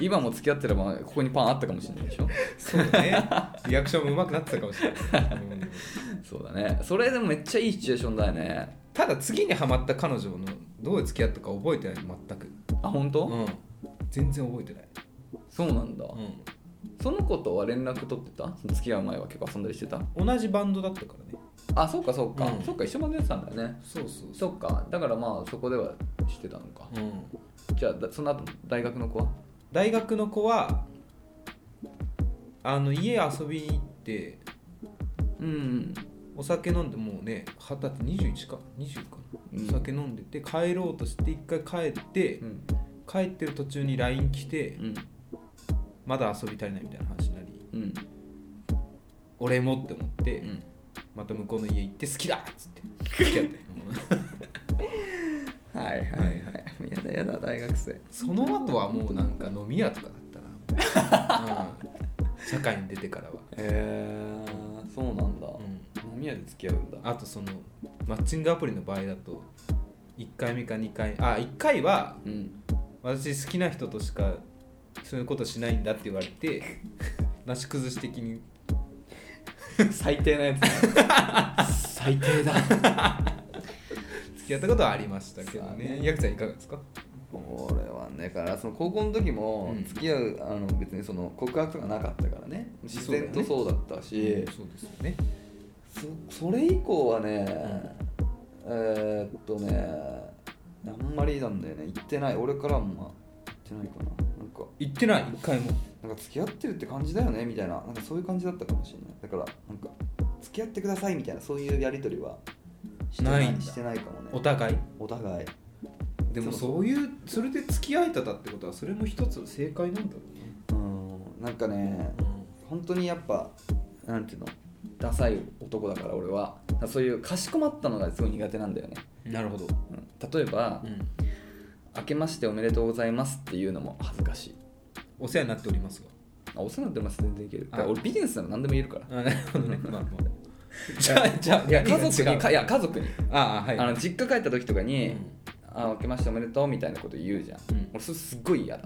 S2: 今も付き合ってればここにパンあったかもしれないでしょ
S1: そうだねリアクションもうまくなってたかもしれないうん
S2: そうだねそれでもめっちゃいいシチュエーションだよね
S1: ただ次にハマった彼女のどう付き合ったか覚えてない全く
S2: あ本当、
S1: うん全然覚えてない
S2: そうなんだ、
S1: うん
S2: その子とは連絡取ってたその付き合う前は結構遊んだりしてた
S1: 同じバンドだったからね
S2: あそうかそうか、
S1: うん
S2: そうか一緒までやってたんだよね
S1: そうそう
S2: そっかだからまあそこではしてたのか
S1: う、うん、
S2: じゃあだその後大学の子は
S1: 大学の子はあの家遊びに行って
S2: うん
S1: お酒飲んでもうね二十歳21か20か
S2: うん
S1: お酒飲んでて帰ろうとして一回帰って
S2: うん
S1: 帰ってる途中に LINE 来て
S2: うん
S1: まだ遊び足りないみたいな話になり
S2: うん
S1: 俺もって思って、
S2: うん
S1: また向 こうの家行って好きだっつって付き合って
S2: はいはい
S1: はい
S2: はい
S1: はい
S2: やだ大学生
S1: その後はもうなんか飲み屋とかだったな、うん、社会に出てからは、
S2: えー、そうなんだ、
S1: うん、
S2: 飲み屋で付き合うんだ
S1: あとそのマッチングアプリの場合だと1回目か2回あ1回は
S2: うん
S1: 私好きな人としかそういうことしないんだって言われて なし崩し的に
S2: 最低なや つ最低だ
S1: 付き合ったことはありましたけど
S2: さあ
S1: ね
S2: ね
S1: ヤクちゃんいかがですか
S2: 俺はねだからその高校の時も
S1: うん
S2: 付き合う、あの別にその告白とかなかったからね自然とそうだったし
S1: そうですよね
S2: そ,、それ以降はね、えーっとねあんまりなんだよね行ってない俺からもまあ行ってないかななんか
S1: 行ってない1回も
S2: なんか付き合ってるって感じだよねみたいななんかそういう感じだったかもしれないだからなんか付き合ってくださいみたいなそういうやり取りはしてない
S1: ないんだ
S2: してないかもね
S1: お互い
S2: お互い
S4: でもそういうそれで付き合えただってことはそれも一つの正解なんだろ
S2: うんなんかね本当にやっぱなんていうのダサい男だから俺はそういうかしこまったのがすごい苦手なんだよね、
S1: なるほど、
S2: うん例えば、
S1: うん、
S2: 明けましておめでとうございます」っていうのも恥ずかしい
S1: お世話になっております
S2: あお世話になってます全然いけるだから
S1: あ
S2: 俺ビジネスなら何でも言えるか
S1: が
S2: ら
S1: あなるほ どねまあまあじゃあ じゃあ
S2: いや家
S1: 何が
S2: 族
S1: 違
S2: に
S1: う
S2: かいや家族に、
S1: ああはい
S2: あの実家帰った時とかに「
S1: うん
S2: あ明けましておめでとう」みたいなこと言うじゃん、
S1: うん
S2: 俺それすっごい嫌だ、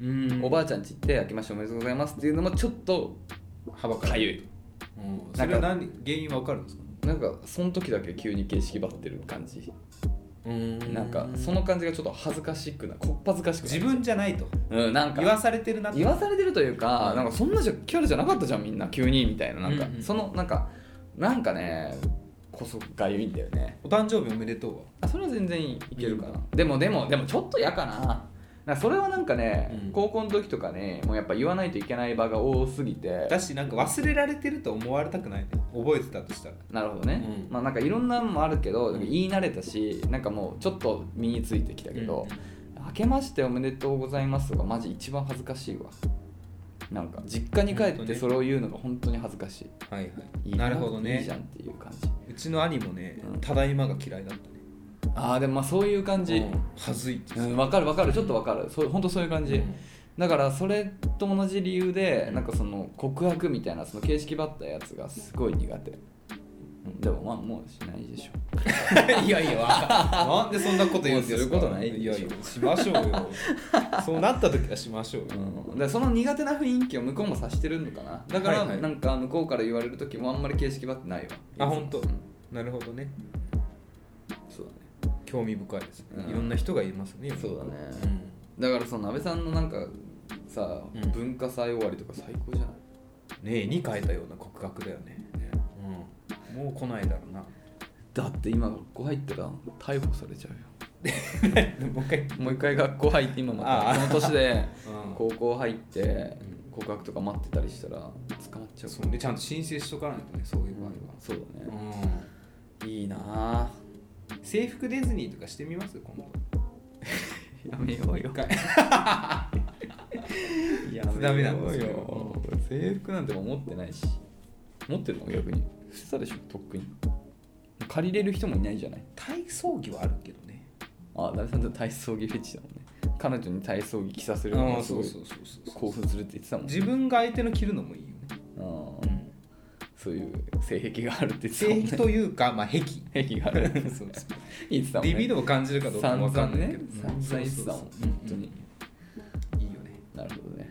S1: うん
S2: おばあちゃんち行って「明けましておめでとうございます」っていうのもちょっと
S1: はば
S2: かゆい
S1: うんそれは何原因わかるんですか
S2: なんかその時だけ急に形式ばってる感じなんかその感じがちょっと恥ずかしくなこっぱずかしくな
S1: 自分じゃないと
S2: 分、うん、なんか
S1: 言わされてるなと
S2: 言わされてるというか、
S1: うん
S2: なんかそんなじゃキャラじゃなかったじゃんみんな急にみたいななんか、
S1: うんうん
S2: そのなんかなんかねこそがゆいんだよね
S1: お誕生日おめでとうは
S2: あそれは全然いけるかなでもでもでもちょっと嫌かななんかそれはなんかね、
S1: うん
S2: 高校の時とかねもうやっぱ言わないといけない場が多すぎて
S1: だしなんか忘れられてると思われたくないね覚えてたとしたら
S2: なるほどね、
S1: うん
S2: まあなんかいろんなのもあるけど、
S1: うん
S2: 言い慣れたしなんかもうちょっと身についてきたけど、明けましておめでとうございますとかマジ一番恥ずかしいわなんか実家に帰
S1: ほん
S2: っ
S1: と
S2: て
S1: ね
S2: それを言うのが本当に恥ずかしい
S1: はいはい
S2: いい
S1: なるほどね
S2: いいじゃんっていう感じ
S1: うちの兄もね
S2: う
S1: 「
S2: ん
S1: ただいま」が嫌いだったね
S2: ああでもまあそういう感じ
S1: うんはずいって
S2: うんわ、かるわかるちょっとわかるそう本当そういう感じ、だからそれと同じ理由で、
S1: うん
S2: なんかその告白みたいなその形式ばったやつがすごい苦手うんでもまあもうしないでしょ
S1: いやいやなんでそんなこと言うんですか
S2: もうすることないで
S1: い
S2: しょ
S1: やいやしましょうよそうなった時はしましょうよ
S2: うん、でその苦手な雰囲気を向こうも察してるのかなだから
S1: はいはい
S2: なんか向こうから言われる時もあんまり形式ばってない
S1: あ
S2: わ
S1: 本当
S2: うん
S1: なるほどね
S2: そうだね
S1: 興味深いですね
S2: うん
S1: いろんな人がいますね
S2: そうだね
S1: うん
S2: だからその安倍さんのなんかさ、
S1: うん
S2: 文化祭終わりとか最高じゃない
S1: ねえに変えたような告白だよねうんもう来ないだろう な
S2: だって今学校入ったら逮捕されちゃうよ
S1: もう一回
S2: もう一回学校入って今ま
S1: ああ
S2: たこの年 で
S1: うん
S2: 高校入って告白とか待ってたりしたら捕まっちゃう
S1: そうねちゃんと申請しとかないとねそういう場合は、
S2: そうだね、
S1: うん
S2: いいなあ
S1: 制服ディズニーとかしてみます今度
S2: やめようよ。やめようよ
S1: ダメなんですよ
S2: 制服なんて持ってないし。持ってるの逆に。してたでしょ、とっくに。借りれる人もいないじゃない。
S1: 体操着はあるけどね
S2: あ、ダメさんと体操着フェチだもんね。彼女に体操着着させるのがすごい
S1: そうそう
S2: 興奮するって言ってたもんね。
S1: 自分が相手の着るのもいいよね
S2: あーそういう性癖があるって言ってた
S1: 性
S2: もんね。
S1: 癖というかまあ癖
S2: 性 癖があるって
S1: そうそう
S2: 言ってたもんね。
S1: リビドを感じるかどうかもわかんないけど
S2: 散々ね散々言ってたもん本当に
S1: いいよね
S2: なるほどね。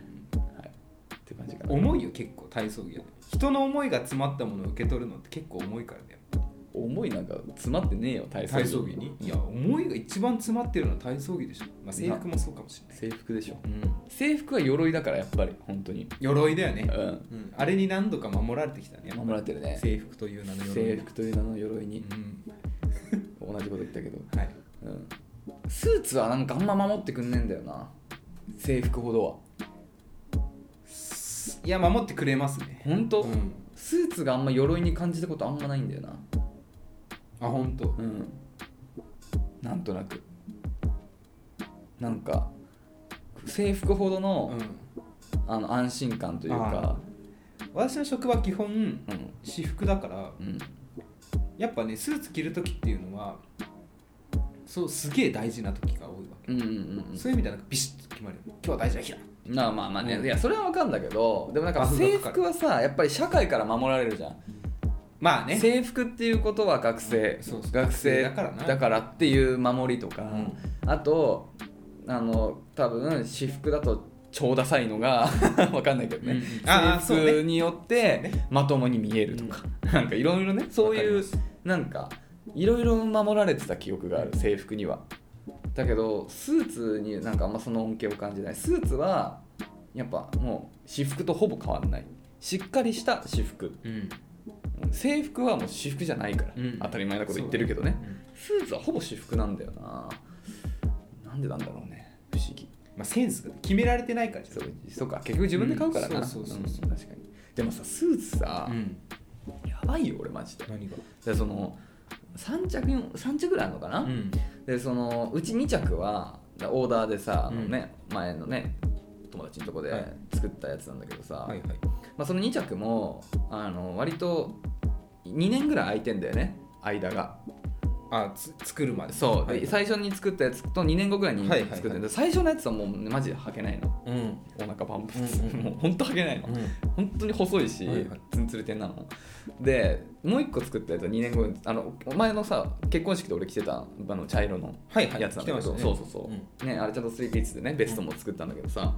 S2: はい。って感じかな。
S1: 重いよ結構体操着は人の思いが詰まったものを受け取るのって結構重いからね
S2: 思いなんか詰まってねえよ体操
S1: 体操着にいや思いが一番詰まってるのは体操着でしょ、まあ、制服もそうかもしれない
S2: 制服でしょ
S1: うん
S2: 制服は鎧だからやっぱり本当に
S1: 鎧だよね、
S2: うん
S1: うん、あれに何度か守られてきたね
S2: 守られてるね
S1: 制服という名の鎧
S2: 制服という名の鎧に
S1: うん
S2: 同じこと言ったけど、
S1: はい
S2: うん、スーツはなんかあんま守ってくんねえんだよな制服ほどはい
S1: や守ってくれますね
S2: 本当、
S1: うん
S2: スーツがあんま鎧に感じたことあんまないんだよな
S1: あ本当
S2: うんなんとなくなんか制服ほどの,、
S1: うん
S2: あの安心感というか
S1: 私の職場基本
S2: うん
S1: 私服だから
S2: うん
S1: やっぱねスーツ着る時っていうのはそうすげえ大事な時が多いわけ、
S2: うんうんうん
S1: そういう意味ではなんかビシッと決まるよ今日は大事な日だ
S2: まあまあまあね、
S1: うん
S2: いやそれはわかんだけどでもなんか
S1: バフがかか
S2: 制
S1: る
S2: 服はさやっぱり社会から守られるじゃん、
S1: まあね
S2: 制服っていうことは学生、
S1: うんそうそう
S2: 学
S1: 学生
S2: 生
S1: だからな
S2: だからっていう守りとか、あとあの多分私服だと超ダサいのが わかんないけどね、
S1: ああ
S2: 制
S1: そう
S2: 服
S1: ね
S2: によってまともに見えるとか、なんかいろいろねそういうなんかいろいろ守られてた記憶がある制服にはだけどスーツになんかあんまその恩恵を感じないスーツはやっぱもう私服とほぼ変わんないしっかりした私服
S1: うん
S2: 制服はもう私服じゃないから、
S1: うん
S2: 当たり前なこと言ってるけどねスーツはほぼ私服なんだよななんでなんだろうね不思議
S1: まあ、センスが決められてないからじゃ
S2: そ
S1: ん
S2: うそうか結局自分で買うから
S1: う
S2: な、
S1: んそうそうそうそうん
S2: 確かにでもさスーツさ、
S1: うん、
S2: やばいよ俺マジで
S1: 何が、
S2: でその3着4 3着ぐらいあるのかな、
S1: ん、
S2: でそのうち2着はだオーダーでさ、あの
S1: うん
S2: ね、前のね友達のとこで
S1: は
S2: 作ったやつなんだけどさ、
S1: はいはい
S2: まあ、その2着もあの割と2年ぐらい空いてんだよね間が
S1: あつ作るまで
S2: そう、
S1: はい
S2: で最初に作ったやつと2年後ぐらいに
S1: はい
S2: 作っ
S1: はい
S2: て
S1: はい
S2: んだけど、最初のやつはもうマジで履けないの
S1: うん、うん
S2: お腹パンプス、
S1: うんうん
S2: もうほんと履けないの、本当に細いし、
S1: はいはい
S2: ツンツルテンなのでもう一個作ったやつは2年後にあのお前のさ結婚式で俺着てたあの茶色の
S1: はいはい
S2: やつなんだ
S1: 着てま
S2: けど、
S1: したね
S2: そうそうそう、ねあれちゃんとスリーピースでねベストも作ったんだけどさ、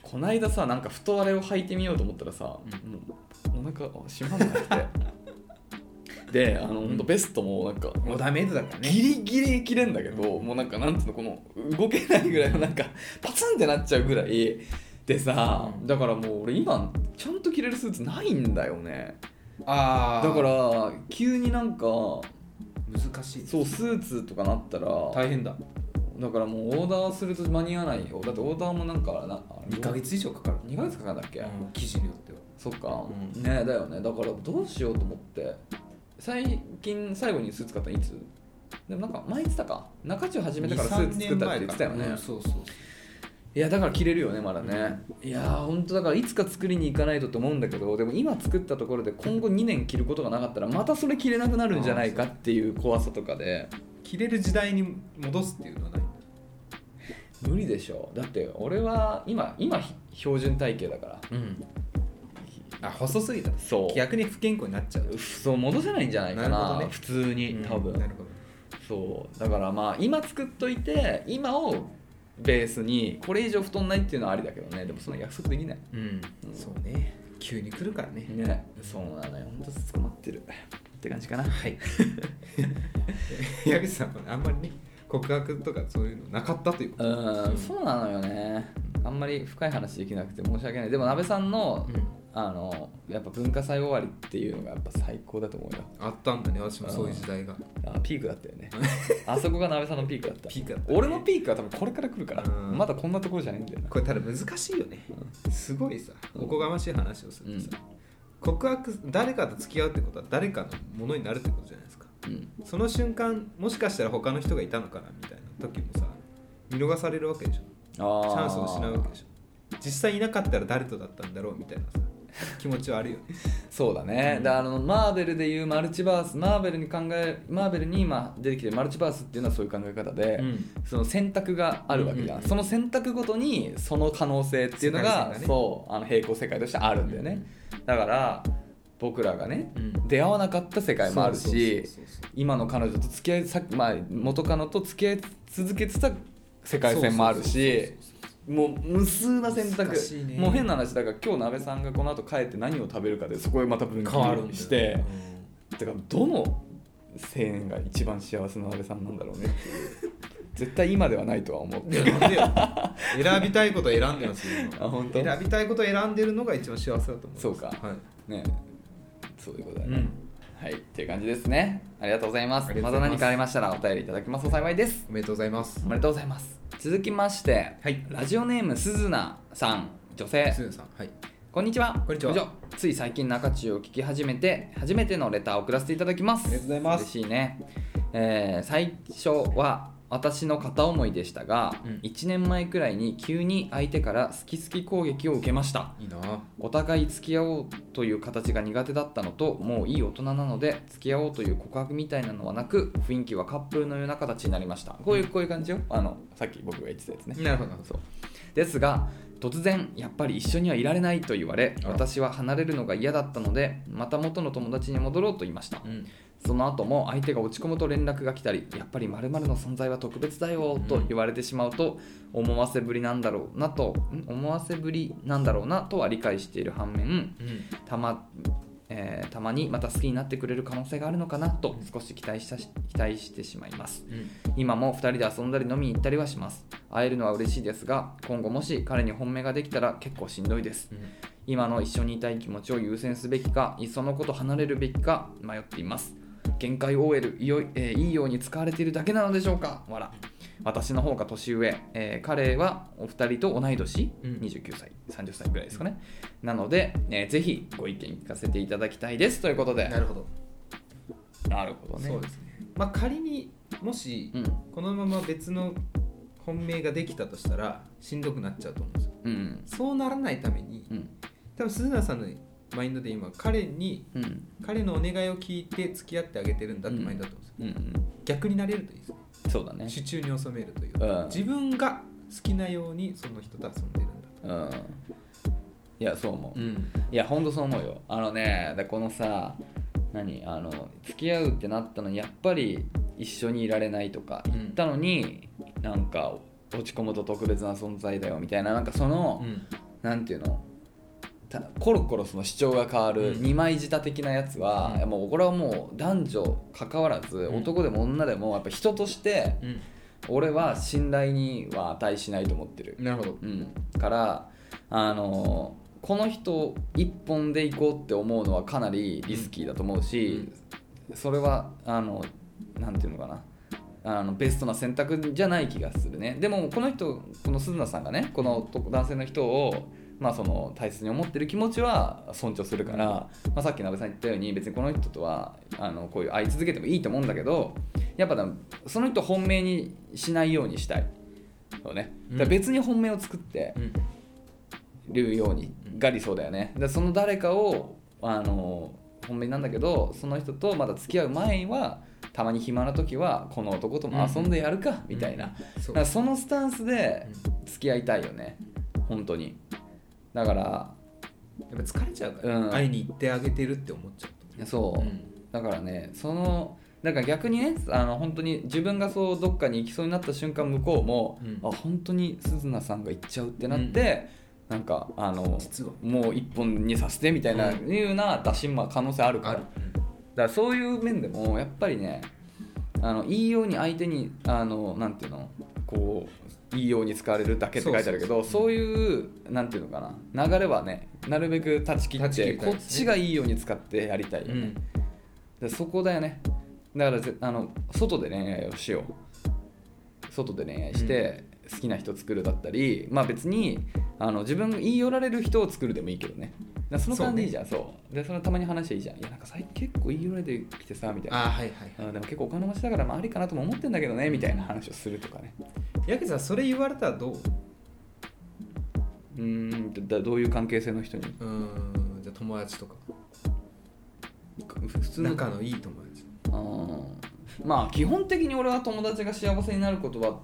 S2: こないださなんかふとあれを履いてみようと思ったらさ、もうお腹あ閉まんなく てであの本当ベストもなんか、
S1: もうダメだからね
S2: ギリギリ切れんだけど、もうなんかなんつうのこの動けないぐらいのなんかパツンってなっちゃうぐらいでさ、
S1: うん
S2: だからもう俺今ちゃんと着れるスーツないんだよね
S1: ああ
S2: だから急になんか
S1: 難しい
S2: そうスーツとかなったら
S1: 大変だ
S2: だからもうオーダーすると間に合わないよだってオーダーもなんかな
S1: 2か月以上かかる
S2: 2ヶ月かかるんだっけ、
S1: うん記事によっては
S2: そっか、
S1: うん
S2: ねだよねだからどうしようと思って最近最後にスーツ買ったのいつでもなんか前言ってたか中中始めてからスーツ作ったって言ってたよね、
S1: うんそうそう
S2: いやだから着れるよねまだね、いやーほんとだからいつか作りに行かないとと思うんだけどでも今作ったところで今後2年着ることがなかったらまたそれ着れなくなるんじゃないかっていう怖さとかで
S1: 着れる時代に戻すっていうのはない
S2: 無理でしょだって俺は今今ひ標準体型だから
S1: うんあ細すぎた
S2: そう
S1: 逆に不健康になっちゃう
S2: そう戻せないんじゃないかな
S1: なるほどね
S2: 普通に多分、
S1: うんなるほど
S2: そうだからまあ今作っといて今をベースにこれ以上太んないっていうのはありだけどねでもその約束できない
S1: うんそうね急に来るからね
S2: ねそうなのよほんと捕まってるって感じかな
S1: はい 矢口さんはあんまりね告白とかそういうのなかったということ
S2: うんそうなのよねあんまり深い話できなくて申し訳ないでも鍋さんの、
S1: うん
S2: あのやっぱ文化祭終わりっていうのがやっぱ最高だと思うよ
S1: あったんだね私もそういう時代が
S2: あピークだった よねあそこが鍋さんのピークだった
S1: ピークだったね
S2: 俺のピークは多分これから来るから
S1: うん
S2: まだこんなところじゃないんだよな
S1: これただ難しいよねすごいさ
S2: うん
S1: おこがましい話をするとさ、告白誰かと付き合うってことは誰かのものになるってことじゃないですか
S2: うん
S1: その瞬間もしかしたら他の人がいたのかなみたいな時もさ見逃されるわけでしょ
S2: あー
S1: チャンスを失うわけでしょ実際いなかったら誰とだったんだろうみたいなさ気持ちはあるよね
S2: そうだね、であのマーベルでいうマルチバースマーベルに考えマーベルに今出てきてるマルチバースっていうのはそういう考え方で、
S1: うん
S2: その選択があるわけじ
S1: うん
S2: ゃん、
S1: うんうん
S2: その選択ごとにその可能性っていうのが、
S1: 世界線がね
S2: そうあの平行世界としてあるんだよね、だから僕らがね、出会わなかった世界もあるし
S1: そうそうそうそう
S2: 今の彼女と付き合いさっき、まあ、元カノと付き合い続けてた世界線もあるしもう無数な選択
S1: 難しいね
S2: もう変な話だから今日鍋さんがこの後帰って何を食べるかでそこへまた分
S1: 変わるんだよ
S2: 岐してだからどの青年が一番幸せな鍋さんなんだろうねっていう絶対今ではないとは思っ
S1: い
S2: て
S1: やなんでよ選びたいことを選んでますよ今
S2: あ本当
S1: 選びたいことを選んでるのが一番幸せだと思う
S2: そうか
S1: はい
S2: ねそういうことだ
S1: う
S2: ね、
S1: ん
S2: はいっていう感じですねありがとうございます
S1: あ
S2: ま
S1: りがと
S2: た
S1: うございます
S2: 何かありましたらお便りいただきますと幸いです
S1: おめでとうございます
S2: おめでとうございます続きまして、
S1: はい
S2: ラジオネームすずなさん女性
S1: すずさんはい
S2: こんにちは
S1: こんにちは
S2: つい最近中中を聞き始めて初めてのレターを送らせていただきます
S1: ありがとうございます
S2: 嬉しいね、えー最初は私の片思いでしたが、
S1: うん
S2: 1年前くらいに急に相手から好き好き攻撃を受けました
S1: いいな
S2: お互い付き合おうという形が苦手だったのともういい大人なので付き合おうという告白みたいなのはなく雰囲気はカップルのような形になりましたこういうこういう感じよあのさっき僕が言ってたやつね
S1: なるほど
S2: そうですが突然やっぱり一緒にはいられないと言われ
S1: あら
S2: 私は離れるのが嫌だったのでまた元の友達に戻ろうと言いました
S1: うん
S2: その後も相手が落ち込むと連絡が来たりやっぱり〇〇の存在は特別だよと言われてしまうと思わせぶりなんだろうなとん思わせぶりなんだろうなとは理解している反面
S1: うん
S2: たま,、えーたまにまた好きになってくれる可能性があるのかなと少し期待したし期待してしまいます
S1: うん
S2: 今も2人で遊んだり飲みに行ったりはします会えるのは嬉しいですが今後もし彼に本命ができたら結構しんどいです
S1: うん
S2: 今の一緒にいたい気持ちを優先すべきかいっそのこと離れるべきか迷っています限界 OL いよい,、えーいいように使われているだけなのでしょうかわら私の方が年上、えー彼はお二人と同い年、
S1: うん
S2: 29歳30歳ぐらいですかね、なので、えーぜひご意見聞かせていただきたいですということで
S1: なるほど
S2: なるほどね
S1: そうですねまあ仮にもし
S2: うん
S1: このまま別の本命ができたとしたらしんどくなっちゃうと思うんですよ
S2: うん
S1: そうならないために
S2: うん
S1: 多分鈴奈さんのマインドで今彼に
S2: うんうん
S1: 彼のお願いを聞いて付き合ってあげてるんだってマインドだと思うんですよ、
S2: うんうん
S1: 逆になれるといいですね
S2: そうだね
S1: 手中に収めるという、
S2: うん
S1: 自分が好きなようにその人と遊んでるんだと
S2: うんいやそう思う、
S1: ん
S2: いやほんとそう思うよあのねだこのさ何あの付き合うってなったのにやっぱり一緒にいられないとか
S1: うん
S2: 言ったのに、なんか落ち込むと特別な存在だよみたいななんかその、
S1: ん
S2: なんていうのたコロコロその主張が変わる
S1: うん
S2: 二枚舌的なやつは、
S1: うん
S2: いやもうこれはもう男女関わらず、
S1: うん
S2: 男でも女でもやっぱ人として
S1: う
S2: 俺は信頼には値しないと思ってる
S1: んなるほど
S2: うん、からあのこの人一本で行こうって思うのはかなりリスキーだと思うし、それはあのなんていうのかなあのベストな選択じゃない気がするねでもこの人この鈴奈さんがねこの男男性の人を、まあ、その大切に思ってる気持ちは尊重するから、まあ、さっき鍋さん言ったように別にこの人とはあのこういう会い続けてもいいと思うんだけどやっぱでもその人を本命にしないようにしたい。そうね、だから別に本命を作って
S1: うん
S2: るようにが理想だよねだからその誰かをあの本命なんだけどその人とまだ付き合う前はたまに暇な時はこの男とも遊んでやるかみたいな、だ
S1: そう
S2: からそのスタンスで付き合いたいよね本当にだから
S1: やっぱ疲れちゃうから、
S2: うん
S1: 会いに行ってあげてるって思っちゃうと
S2: そう、
S1: うん
S2: だからねそのだから逆にねあの本当に自分がそうどっかに行きそうになった瞬間向こうも、
S1: うん
S2: あ本当に鈴菜さんが行っちゃうってなって、なんかあの
S1: 実は
S2: もう一本にさせてみたいな、
S1: うん
S2: いうような打診も可能性あるから
S1: ある
S2: だからそういう面でもやっぱりねあのいいように相手にあのなんていうのこういいように使われるだけって書いてあるけ
S1: そ
S2: ど
S1: うそうそう
S2: そういうなんていうのかな流れはねなるべく断ち切っ
S1: 断ち切
S2: て
S1: りた
S2: こ
S1: い
S2: っ
S1: ですね
S2: ちがいいように使ってやりたいよね、
S1: うん
S2: でそこだよねだからぜあの外で恋愛をしよう外で恋愛して好きな人作るだったり、まあ別にあの自分が言い寄られる人を作るでもいいけどねだからその感じでいいじゃんそう,、でそのたまに話していいじゃんいやなんか最近結構言い寄られてきてさみたいな
S1: あーはいはい
S2: うんでも結構お金持ちだからまあありかなとも思ってんだけどねみたいな話をするとかね
S1: やけさんそれ言われたらどう
S2: うーんだどういう関係性の人に
S1: うーんじゃあ友達とか
S2: 普通の
S1: 仲のいい友達
S2: うんまあ基本的に俺は友達が幸せになることは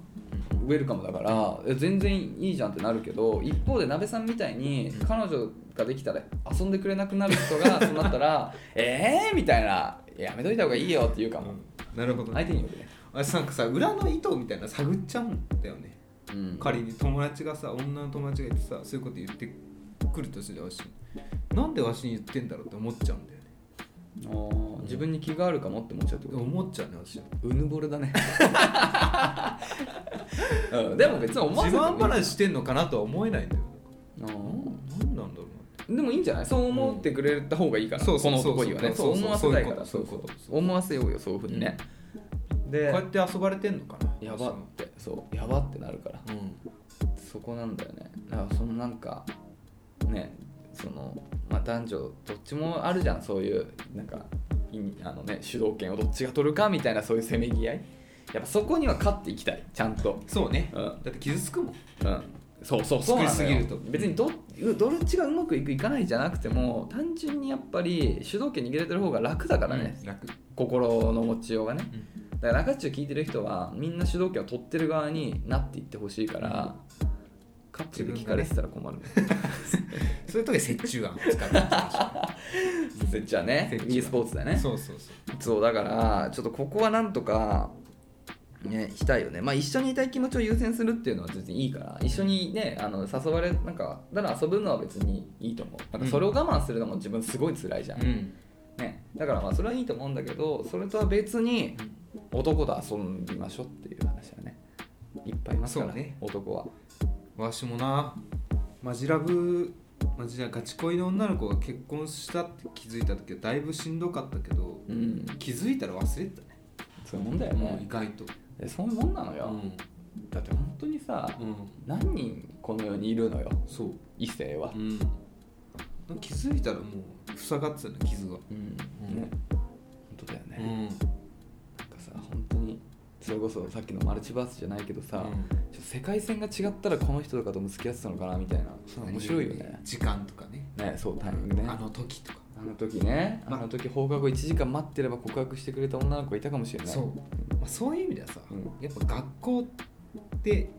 S2: ウェルカムだからえ全然いいじゃんってなるけど一方で鍋さんみたいに彼女ができたら遊んでくれなくなる人 がそうなったら「えー!」みたいな「やめといた方がいいよ」って言うかも
S1: なるほど、
S2: 相手によるね、
S1: あれなんかさ裏の糸みたいなの探っちゃうんだよね
S2: うん、
S1: 仮に友達がさ女の友達がいてさそういうこと言ってくるとしてわしなんでわしに言ってんだろうって思っちゃうんだよね
S2: あー自分に気があるかもって思っちゃうってこと
S1: 思っちゃうねわしは
S2: うぬぼれだね、 うん、でも別に思わ
S1: 自
S2: せてもいい
S1: 慢話してんのかなとは思えないんだよ
S2: あー
S1: なんなんだろう
S2: でもいいんじゃないそう思ってくれた方がいいから、
S1: そう
S2: こ
S1: そう
S2: の
S1: そう
S2: 男にはねそ
S1: そううそう
S2: 思わせたいから
S1: そういうこと
S2: そう思わせようよそういうふうにね、で
S1: なこうやって遊ばれてんのかな
S2: やばってそうやばってなるから
S1: うん
S2: そこなんだよねだからそのなんかねその、まあ、男女どっちもあるじゃんそういうなんかいあの、ね、主導権をどっちが取るかみたいなそういうせめぎ合いやっぱそこには勝っていきたいちゃんと
S1: そうね
S2: うん
S1: だって傷つくもん
S2: うんそうそうそうなのよ
S1: 作りすぎると
S2: 別にどどっちがうまくいくいかないじゃなくても単純にやっぱり主導権握れてる方が楽だからね、
S1: うん楽
S2: 心の持ちようがね、だから中中聞いてる人はみんな主導権を取ってる側になっていってほしいから、カップルで聞かれてたら困る、
S1: そういう時は折衷案を使って
S2: せっちゃね
S1: せっちゃ
S2: e スポーツだよ ね
S1: そうそうそう
S2: そうだからちょっとここはなんとかねしたいよねまあ一緒にいたい気持ちを優先するっていうのは別にいいから一緒にねあの誘われなんかだから遊ぶのは別にいいと思うなんかそれを我慢するのも自分すごい辛いじゃん、
S1: うん
S2: ね、だからまあそれはいいと思うんだけどそれとは別に男と遊びましょうっていう話はねいっぱいいますから
S1: そうね
S2: 男は
S1: わしもなマジラブマジラガチ恋の女の子が結婚したって気づいた時はだいぶしんどかったけど
S2: うん
S1: 気づいたら忘れてたね
S2: そういうもんだよ
S1: もう
S2: ね
S1: 意外と
S2: えそういうもんなの
S1: う
S2: よ、
S1: ん
S2: だって本当にさ、
S1: うん
S2: 何人この世にいるのよ
S1: そう
S2: 異性は
S1: う、ん気づいたらもう塞がってたね傷が
S2: うん
S1: うん
S2: ね本当だよね、なんか
S1: ん
S2: さ本当にそれこそさっきのマルチバースじゃないけどさ、
S1: うん
S2: ちょっと世界線が違ったらこの人とかとも付き合ってたのかなみたいな面白いよね
S1: 時間とかね
S2: ねそうタイミングね
S1: あの時とか
S2: あの時ね、あ
S1: まあ
S2: の時放課後1時間待ってれば告白してくれた女の子がいたかもしれない。
S1: そう、まあ、そういう意味ではさ、
S2: うん
S1: やっぱ学校って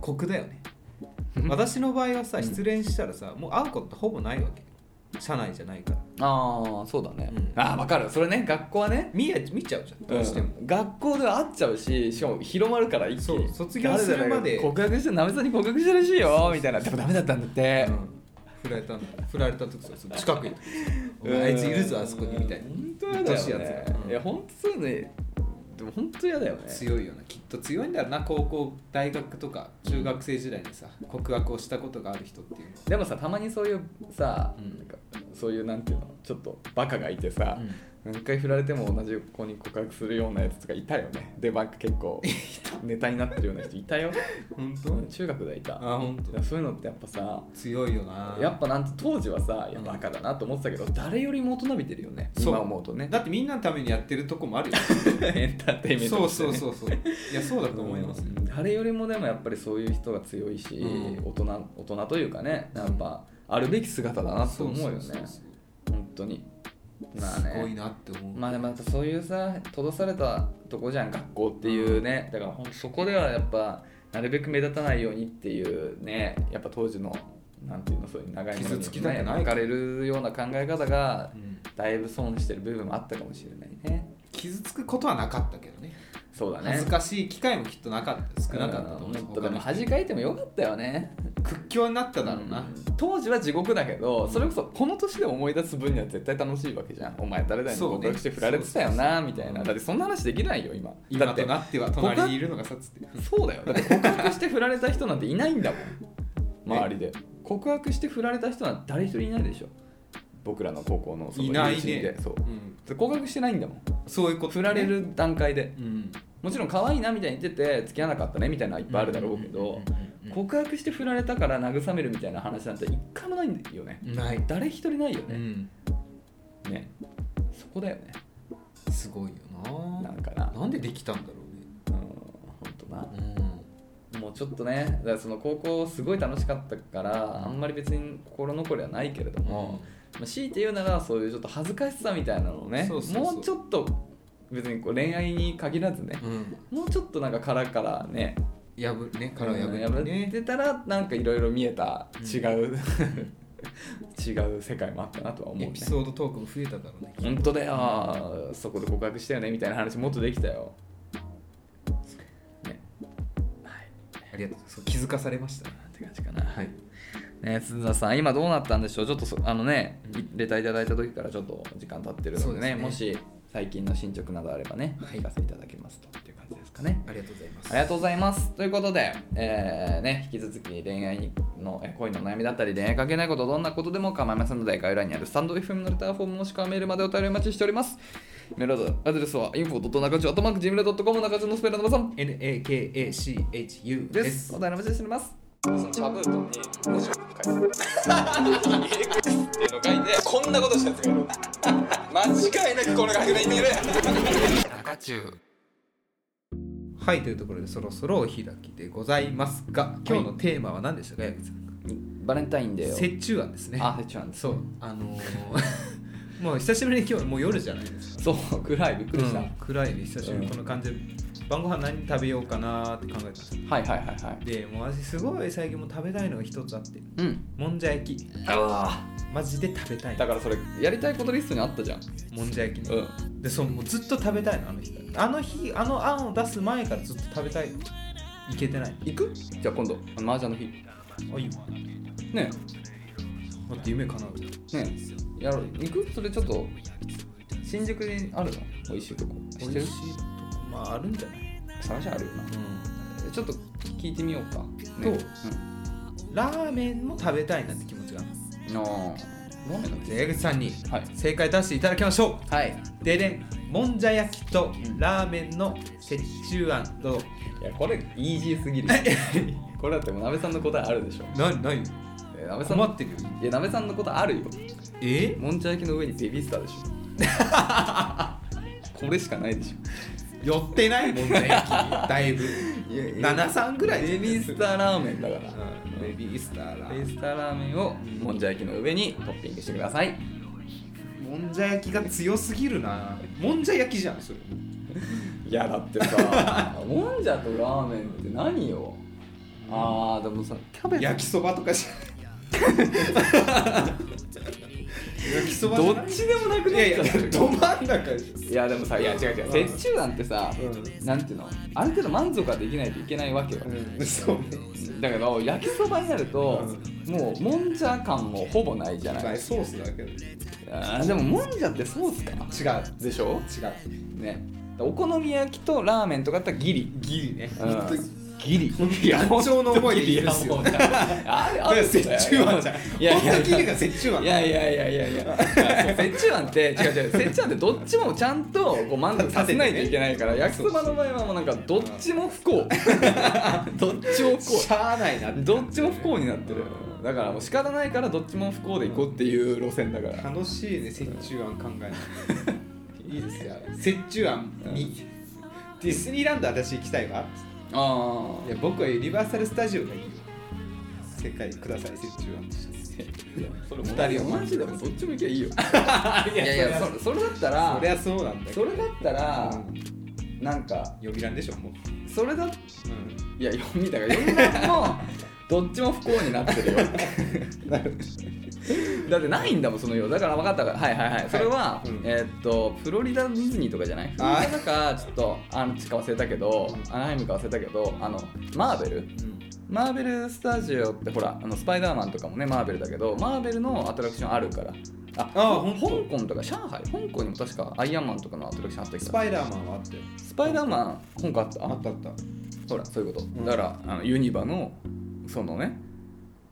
S1: 酷だよね 私の場合はさ
S2: うん
S1: 失恋したらさ、もう会うことってほぼないわけ社内じゃないから
S2: ああ、そうだね。
S1: うん
S2: ああ、わかる。それね、学校はね、
S1: 見や見ちゃうじゃんどうしても、
S2: ん学校では会っちゃうし、しかも広まるから一気に。
S1: そう卒業するまで
S2: 誰々が告白して、なめさんに告白したらしいよ、みたいな。でもダメだったんだって
S1: う。ん振られたんだ振られた時さ近くにお前あいついるぞあそこにみたいな
S2: 本当やだよ、
S1: 愛しいや
S2: ね
S1: つ。が
S2: いや、本当そういうのね、でも本当やだよね。
S1: 強いよなきっと強いんだろうな高校大学とか中学生時代にさ告白をしたことがある人っていうのは
S2: でもさ、たまにそういうさ、
S1: うん
S2: なんかそういうなんていうの、ちょっとバカがいてさ、何回振られても同じ子に告白するようなやつとかいたよねでバンク結 構ネタになってるような人いたよ
S1: 本
S2: うん中学でいた
S1: あ本当
S2: そういうのってやっぱさ
S1: 強いよな
S2: やっぱなんて当時はさいや
S1: うん
S2: バカだなと思ってたけど、誰よりも大人びてるよね
S1: そう
S2: 今思うとね
S1: だってみんなのためにやってるとこもあるよ
S2: エンターテ インメント
S1: そ
S2: と
S1: う
S2: して
S1: そ
S2: ね、
S1: うそうそういやそうだと思いますよ
S2: うん誰よりもでもやっぱりそういう人が強いし、
S1: うん
S2: 大人大人というかねやっぱあるべき姿だなと思うよね
S1: そうそうそうそう
S2: 本当にまあね
S1: すごいなって思う、
S2: まあでもやっぱそういうさ閉ざされたとこじゃん学校っていうねだからほんとそこではやっぱなるべく目立たないようにっていうねやっぱ当時のなんていうのそういう長いものに
S1: 傷つきたくない
S2: 巻かれるような考え方が
S1: うん
S2: だいぶ損してる部分もあったかもしれないね
S1: 傷つくことはなかったけどね
S2: そうだね
S1: 恥ずかしい機会もきっとなかった少なかったと思う
S2: うんもっとで
S1: 他
S2: も
S1: の
S2: 恥
S1: 人
S2: かいてもよかったよね
S1: 屈強になっただろうな、
S2: うん当時は地獄だけどそれこそこの年で思い出す分には絶対楽しいわけじゃんお前誰だよ
S1: そうね
S2: 告白して振られてたよなみた
S1: そう
S2: い
S1: そうそ
S2: な
S1: う
S2: だってそんな話できないよ今だ
S1: 今
S2: って
S1: となっては隣にいるのがさつって
S2: そうだよだって告白して振られた人なんていないんだ もん周りで告白して振られた人なんて誰一人いないでしょ僕らの高校のその
S1: いないね
S2: 友人でそう
S1: うん、
S2: で告白してないんだもん
S1: そういうこと、
S2: 振られ、る段階で
S1: うん、
S2: もちろん可愛いなみたいに言ってて付き合わなかったねみたいなのはいっぱいあるだろうけど告白して振られたから慰めるみたいな話なんて一回もないんだよね
S1: ない、
S2: 誰一人ないよ
S1: う
S2: ね
S1: ん、
S2: ねそこだよね
S1: すごいよな
S2: な
S1: ん
S2: かな
S1: なんでできたんだろ
S2: うん本当な
S1: うね
S2: もうちょっとねだからその高校すごい楽しかったからあんまり別に心残りはないけれど
S1: うん
S2: も、まあ、強いて言うならそういうちょっと恥ずかしさみたいなのをね
S1: そうそうそう
S2: もうちょっと別にこう恋愛に限らずね、
S1: うん
S2: もうちょっとなんか殻からね
S1: やぶね殻を破
S2: うん
S1: ってね
S2: てたらなんかいろいろ見えた
S1: うん
S2: 違う、 違う世界もあったなとは思うね
S1: エピソードトークも増えただろうね
S2: 本当だよそこで告白したよねみたいな話もっとできたよ
S1: ありがとう
S2: ねはい
S1: ございますそう気づかされました
S2: って感じかな
S1: はい
S2: ね、鈴田さん、今どうなったんでしょう、ちょっとそあのね、レターいただいた時からちょっと時間経ってるので
S1: そうで
S2: ね、
S1: すね
S2: もし最近の進捗などあればね、
S1: はい
S2: お聞かせいただけますとっていう感じですかね。
S1: ありがとうございます
S2: ありがとうございます。ということで、えーね、引き続き恋愛のえ恋の悩みだったり、恋愛関係ないこと、どんなことでも構いませんので、概要欄にあるスタンド FM のレターフォームもしくはメールまでお便りお待ちしております。メールアドレスは info.nakachu.gmail.com 中中のスペルのばさん
S1: NAKACHU
S2: で。
S1: ですす
S2: お便りお待ちしております。そのチャブートに文字を書いてっていうの書いてこんなことしたやつがいる間違いなくこれが白熱いる
S1: はいというところでそろそろお開きでございますが今日のテーマは何でしたか、矢口さん
S2: バレンタインデーを
S1: 折衷案ですね
S2: あ折衷案です
S1: そうあの ーもう久しぶりに今日もう夜じゃないですか
S2: そう暗いびっくりした、
S1: うん暗いで久しぶりにこの感じで晩ご飯何食べようかなーって考えたんですよ
S2: はいはいはいはい
S1: でもう私すごい最近もう食べたいのが一つあって
S2: うん
S1: もんじゃ焼き
S2: あ
S1: マジで食べたい
S2: だからそれやりたいことリストにあったじゃん
S1: もんじゃ焼き
S2: う
S1: ね、
S2: ん
S1: でそうもうずっと食べたいのあの日あの日あの案を出す前からずっと食べたいいけてない
S2: 行くじゃあ今度あの麻雀の日
S1: あいいわ
S2: ね
S1: 待って夢叶う
S2: えねえやろう行くそれちょっと新宿にあるの美味しいとこ知って
S1: 美
S2: る
S1: 味しいとこまああるんじゃない、
S2: 探しあるよなちょっと聞いてみようか
S1: どう
S2: ね
S1: ラーメンも食べたいなって気持ちがある
S2: うん、あーラーメンの
S1: じゃあ江口さんに
S2: はい
S1: 正解出していただきましょ
S2: はい、
S1: うででんもんじゃ焼きとラーメンの折衷案どう
S2: いやこれイージーすぎるこれだってもう鍋さんの答えあるでしょ
S1: ないない
S2: え鍋さん
S1: 困
S2: の
S1: ってるよ
S2: いや鍋さんのことあるよ
S1: え
S2: もんじゃ焼きの上にベビースターでし ょこれしかないでし
S1: 寄ってないもんじゃ焼きだいぶ
S2: ょいや
S1: 73ぐらい
S2: ベビースターラーメンだから
S1: うんベビースターラ
S2: ベビー
S1: ー
S2: スターラーメンをもんじゃ焼きの上にトッピングしてください
S1: もんじゃ焼きが強すぎるなもんじゃ焼きじゃんそれ
S2: いやだってさ もんじゃとラーメンって何よあーでもさキャベツ
S1: 焼きそばとかじゃない焼きそばじゃ
S2: ど
S1: ない
S2: っちでもなく
S1: い
S2: なっ
S1: やい
S2: ちゃ
S1: や
S2: う
S1: ど真ん中でしょ
S2: いやでもさいや違う違う折衷案ってさ、
S1: う
S2: なんていうのある程度満足はできないといけないわけよ、
S1: うんそうね
S2: だけど焼きそばになると、もうもんじゃ感もほぼないじゃない、
S1: まあソースだけど違う
S2: あーでももんじゃってソースかでしょ
S1: 違う
S2: ねお好み焼きとラーメンとかだったらギリ
S1: ギリね
S2: うん
S1: 本当に
S2: ギリいや
S1: 団長の思いでいいですよ
S2: いやもうねあれ
S1: だか
S2: あ
S1: ら
S2: る
S1: 折衷案じゃん
S2: いや
S1: 本
S2: い
S1: 当
S2: や
S1: にギリが折衷案
S2: いやいやいやいやいやいやそう折衷案って違う違う折衷案ってどっちもちゃんとこう満足させないといけないから焼きそばの場合はもうなんかどっちも不幸どっちも不幸
S1: しゃあないなって
S2: どっちも不幸になってるだからもう仕方ないからどっちも不幸でいこうっていう路線だから
S1: 楽しいね折衷案考えるのいいですよ折衷案にディズニーランド私行きたいわ
S2: あ
S1: いや僕はユニバーサル・スタジオがいいよ世界ください折衷案として
S2: それ
S1: 二
S2: 二
S1: 人
S2: 人
S1: は
S2: マジでもどっちも行けばいいよいやいやそれそれだった
S1: そ
S2: ら
S1: りゃそうなんだけ
S2: そ
S1: ど
S2: れだったら
S1: うん
S2: なんか
S1: 呼び欄でしょもう、
S2: それだ
S1: う
S2: いや読みだから読みだ もどっちも不幸になってるよだってないんだもんその世だから分かったからはいはいはい、それは、
S1: うん
S2: えーっとフロリダディズニーとかじゃないフロ
S1: あー
S2: リダだかちょっとあのちか忘れたけどアナハイムか忘れたけどあのマーベルマーベルスタジオってほらあのスパイダーマンとかもねマーベルだけどマーベルのアトラクションあるからあ
S1: あー
S2: ほ
S1: ほん
S2: 香港とか上海香港にも確かアイアンマンとかのアトラクションあったけ
S1: ス
S2: ど
S1: パイダーマンはあったよ
S2: スパイダーマン香港あった
S1: あったあった
S2: ほらそういうこと、
S1: ん
S2: だからあのユニバのそのね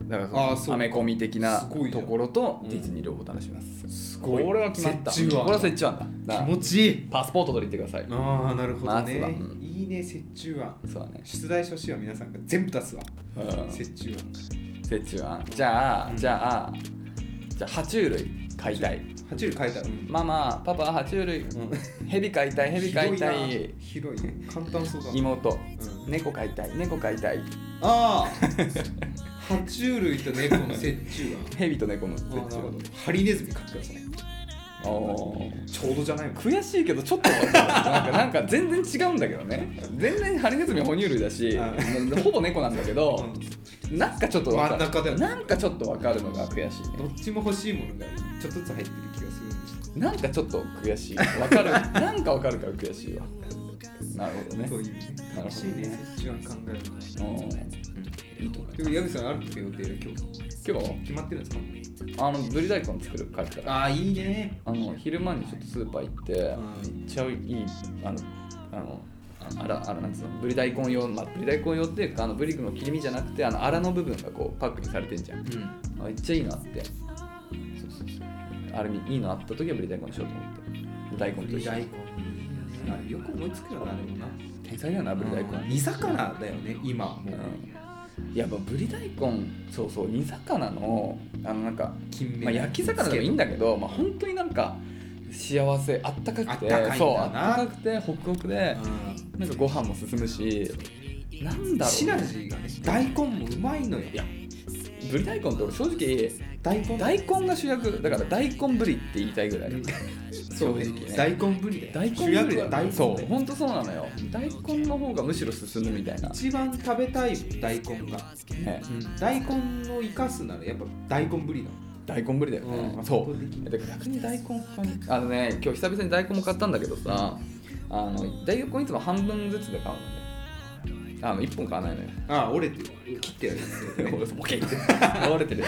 S2: だからその
S1: あーそうか
S2: アメコミ的な
S1: すごいじゃ
S2: と
S1: ん
S2: ころと
S1: うん
S2: ディズニー両方楽しめます、
S1: す
S2: これは決まった
S1: 折衷案
S2: これは折衷案
S1: 気
S2: だだから
S1: 持ちいい
S2: パスポート取りに行ってくださ
S1: ああなるほど
S2: まず
S1: ね、
S2: はうん
S1: いいね折衷案
S2: いそうだね、
S1: 出題書士は皆さんが全部出すわ
S2: うん、
S1: 折衷案
S2: 折衷案じゃあ、
S1: うん
S2: じゃあじゃあ爬虫類飼いたい
S1: 爬虫類書いたらうん
S2: ママパパ爬虫類ヘビ飼いたいヘビ飼いたい
S1: 広いな広い簡単そうだな、
S2: 妹
S1: うん
S2: 猫飼いたい猫飼いたい
S1: ああ爬虫類と猫の折衷
S2: ヘビと猫の
S1: 案
S2: 折
S1: あ
S2: 衷
S1: ーなるほ
S2: 案
S1: どハリネズミ書くからさ
S2: あー
S1: ちょうどじゃないもん
S2: 悔しいけどちょっとわかるなんかなんか全然違うんだけどね全然ハリネズミは哺乳類だしほぼ猫なんだけどなんかちょっとわかる
S1: 真ん中だよね
S2: なんかちょっとわかるのが悔しい
S1: ど
S2: ね
S1: っちも欲しいものがちょっとずつ入ってる気がするんです
S2: なんかちょっと悔しいわか るなんかわかるから悔しいわなるほどね
S1: そういうね
S2: ほどね
S1: 楽しいね折衷案考えるの
S2: うんいいと思う
S1: でも矢口さんあるんですか予定が今日
S2: 今日
S1: 決まってるんです
S2: あのぶり大根作る帰ったら
S1: かああいいね
S2: あの昼間にちょっとスーパー行って、
S1: ん
S2: めっちゃいいあのあのあらあらなんつうのぶり大根用まあぶり大根用っていうかあのぶりの切り身じゃなくてあの粗の部分がこうパックにされてんじゃん
S1: うん
S2: あめっちゃいいなってそうそうそうあれにいいのあった時はぶり大根にしようと思って大根と一緒
S1: 大
S2: に
S1: 根あれよく思いつくよなあれもな
S2: 天才だよなぶり大根、
S1: 煮魚だよね今もう
S2: うん、やっぱぶり大根そうそう煮魚のあのなんか
S1: 金目
S2: まあ、焼き魚でもいいんだけど、まあ、本当になんか幸せあったかくて
S1: あったかいんだな
S2: そうあったかくてホクホクでなんかご飯も進むしなんだろ
S1: シナジーがね大根もうまいのよ
S2: いやうぶり大根って俺正直
S1: 大根
S2: 大根が主役だから大根ぶりって言いたいぐらい正直ね
S1: 大根ぶりだよ
S2: 大根
S1: 主役だよ大根
S2: そう本当そうなのよ大根の方がむしろ進むみたいな、
S1: 一番食べたい大根が、
S2: ね、
S1: 大根を生かすならやっぱ大根ぶりだ
S2: 大根ぶりだよね、
S1: うん
S2: そ
S1: 圧
S2: う
S1: 倒的に
S2: だから逆に大根あのね今日久々に大根も買ったんだけどさあの大根いつも半分ずつで買うのねあの1本買わない のよ
S1: ああ折れてる切ってやる
S2: 俺ボケって倒れてるよ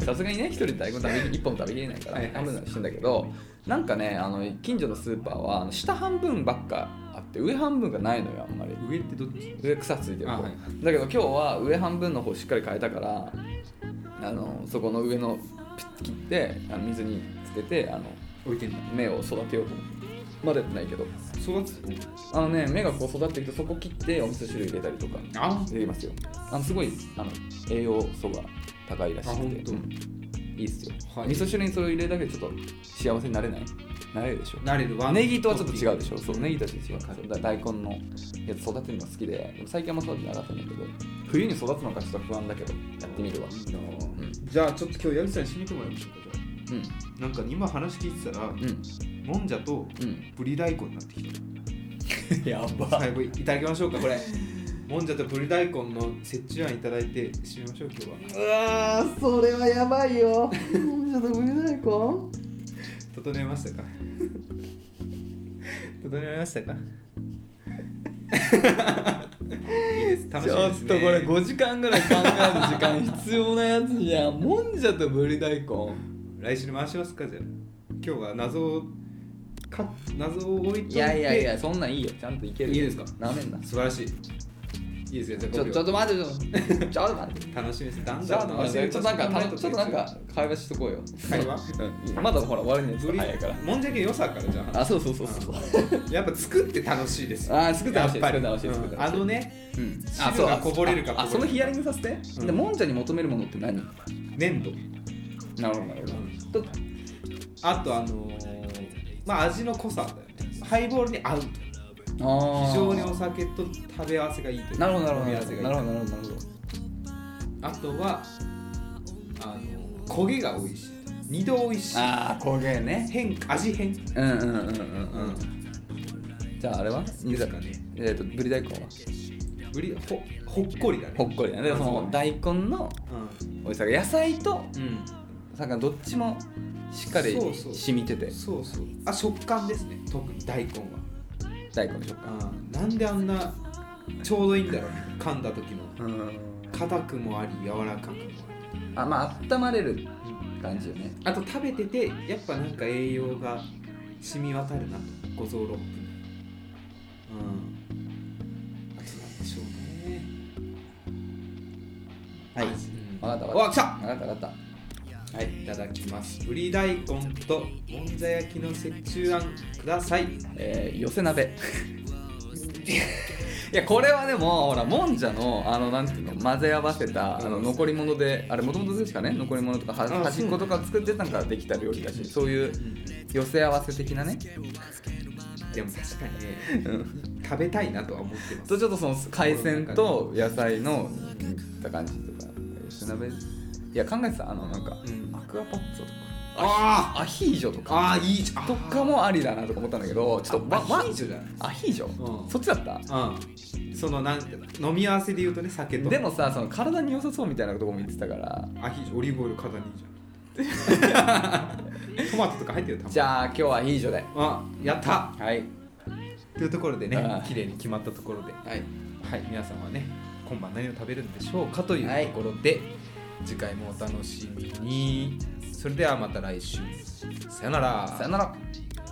S2: さすがにね一人で大根食べ1本食べきれないから
S1: はいはい
S2: 半分にしてんだけどなんかねあの近所のスーパーはあの下半分ばっかあって上半分がないのよあんまり
S1: 上ってどっち
S2: 上草ついてる
S1: あ
S2: 方
S1: はい
S2: だけど今日は上半分の方しっかり変えたからあのそこの上のピッ切ってあの水につけてあの
S1: 置いてんだ
S2: 芽を育てようと思ってまだやってないけど
S1: 育つ
S2: あのね芽がこう育ってきてそこ切ってお味噌汁入れたりとか
S1: あ
S2: できますよあのすごいあの栄養素が高いらし
S1: あ
S2: く
S1: 本
S2: て、
S1: 当
S2: うんいいっすよ、
S1: はい
S2: 味噌汁にそれを入れるだけでちょっと幸せになれないなれるでしょ
S1: 慣れるわ
S2: ネギとはちょっと
S1: う
S2: 違うでしょそうネギとはちょっと違うそうだ大根のやつ育てるの好きででも最近あんま育ててなかったんだけど冬に育つのかちょっと不安だけどやってみるわうんうん
S1: じゃあちょっと今日矢口さんに締めてもらいましょうかじゃ
S2: う
S1: あなんか今話聞いてたら
S2: ん
S1: もんじゃと
S2: うん
S1: ぶり大根になってき
S2: や
S1: た最後いただきましょうかこれもんじゃとぶり大根の折衷案いただいて締めましょう今日は
S2: うわーそれはやばいよちょっと無理ない子
S1: 整えましたか 整えましたかいいです楽
S2: ち
S1: し
S2: ょ
S1: みで
S2: っ
S1: すね
S2: とこれ5時間ぐらい考える時間必要なやつじゃんもんじゃとぶり大根
S1: 来週に回しますかじゃあ今日は謎をか謎を置いといて
S2: いやいやいやそんなんいいよちゃんといける
S1: いいですか
S2: なめんな
S1: 素晴らしいいいですよじゃあ
S2: ちょちょっと待ってちょっとちょっと待って
S1: 楽しみですだん
S2: じゃ
S1: だ
S2: あ
S1: ん
S2: なんかちょっとなんかちょっとなんか会話しとこうよ。
S1: 会話
S2: うんまだほら終わるにはちょっと早いから。
S1: もんじゃけ良さからじゃあ
S2: あそうそうそうそう。
S1: やっぱ作って楽しいです
S2: あー作って楽しい
S1: やぱり
S2: 作って楽しい作って楽しい
S1: あのね
S2: うん
S1: 汁がこぼれるか
S2: あ
S1: こぼれな
S2: あ
S1: いか
S2: そのヒアリングさせて。
S1: うん
S2: でもんじゃに求めるものって何？な
S1: 粘土
S2: るほどなるほど。と
S1: あとあのーまあ味の濃さだよねハイボールに合う
S2: あー
S1: 非常にお酒と食べ合わせがいいというか
S2: なるほどなるほ
S1: 飲
S2: ど
S1: み
S2: な
S1: 合わ
S2: る
S1: せがいい
S2: ほどなるほどなるほど。
S1: あとはあの焦げが美味しい二度美味しい
S2: ああ焦げね。
S1: 変味変
S2: うんうんうんうん
S1: うん
S2: うん。じゃああれは？
S1: ですかね
S2: えっとぶり大根は
S1: ぶりほほっこりだね
S2: ほっこりだね。でその大根の
S1: う
S2: 美味しさが野菜と
S1: ん、
S2: 魚どっちもしっかり
S1: そうそう
S2: 染みてて
S1: そうそうあ食感ですね特に大根は
S2: 大根の食感。
S1: あなんであんなちょうどいいんだろうね噛んだ時の
S2: うん
S1: 硬くもあり柔らかくもあ
S2: あまあ温まれる
S1: り、
S2: 感じよね
S1: あと食べててやっぱなんか栄養が染み渡るなと五臓六腑にうんあとなんでしょうね
S2: はい
S1: 味うん
S2: わかったわ
S1: わあ
S2: かっ
S1: 来た
S2: たわかったわかった
S1: はい、いただきます。ぶり大根ともんじゃ焼きの折衷案ください。
S2: えー、寄せ鍋 いやこれはでもほらもんじゃのあのなんていうの混ぜ合わせたあの残り物であれもともとですかね残り物とかは
S1: そう
S2: 端っことか作ってたんからできた料理だしそういう寄せ合わせ的なね
S1: でも確かにね、食べたいなとは思ってます。
S2: とちょっとその海鮮と野菜のった感じとか寄せ鍋いや考えてたあのなんか
S1: うん
S2: アクアパッツァとか
S1: あ
S2: アヒージョとか
S1: ああー、いいじゃん。
S2: とかもありだなとか思ったんだけどちょっと
S1: あ
S2: わわ
S1: アヒージョじゃない
S2: アヒージョ、
S1: うん
S2: そっちだった
S1: うん。そのなんていうの飲み合わせで言うとね、酒と。
S2: でもさその体に良さそうみたいなとこも言ってたから
S1: アヒージョ、オリーブオイル肩にいいじゃん。トマトとか入ってるたまに
S2: じゃあ今日はアヒージョで
S1: あ、やった
S2: はい
S1: というところで
S2: あ
S1: ね
S2: ー、
S1: 綺麗に決まったところで、
S2: はい
S1: はい、皆さんはね、今晩何を食べるんでしょうかというところで、次回もお楽しみに。それではまた来週。さよなら。
S2: さよなら
S1: 「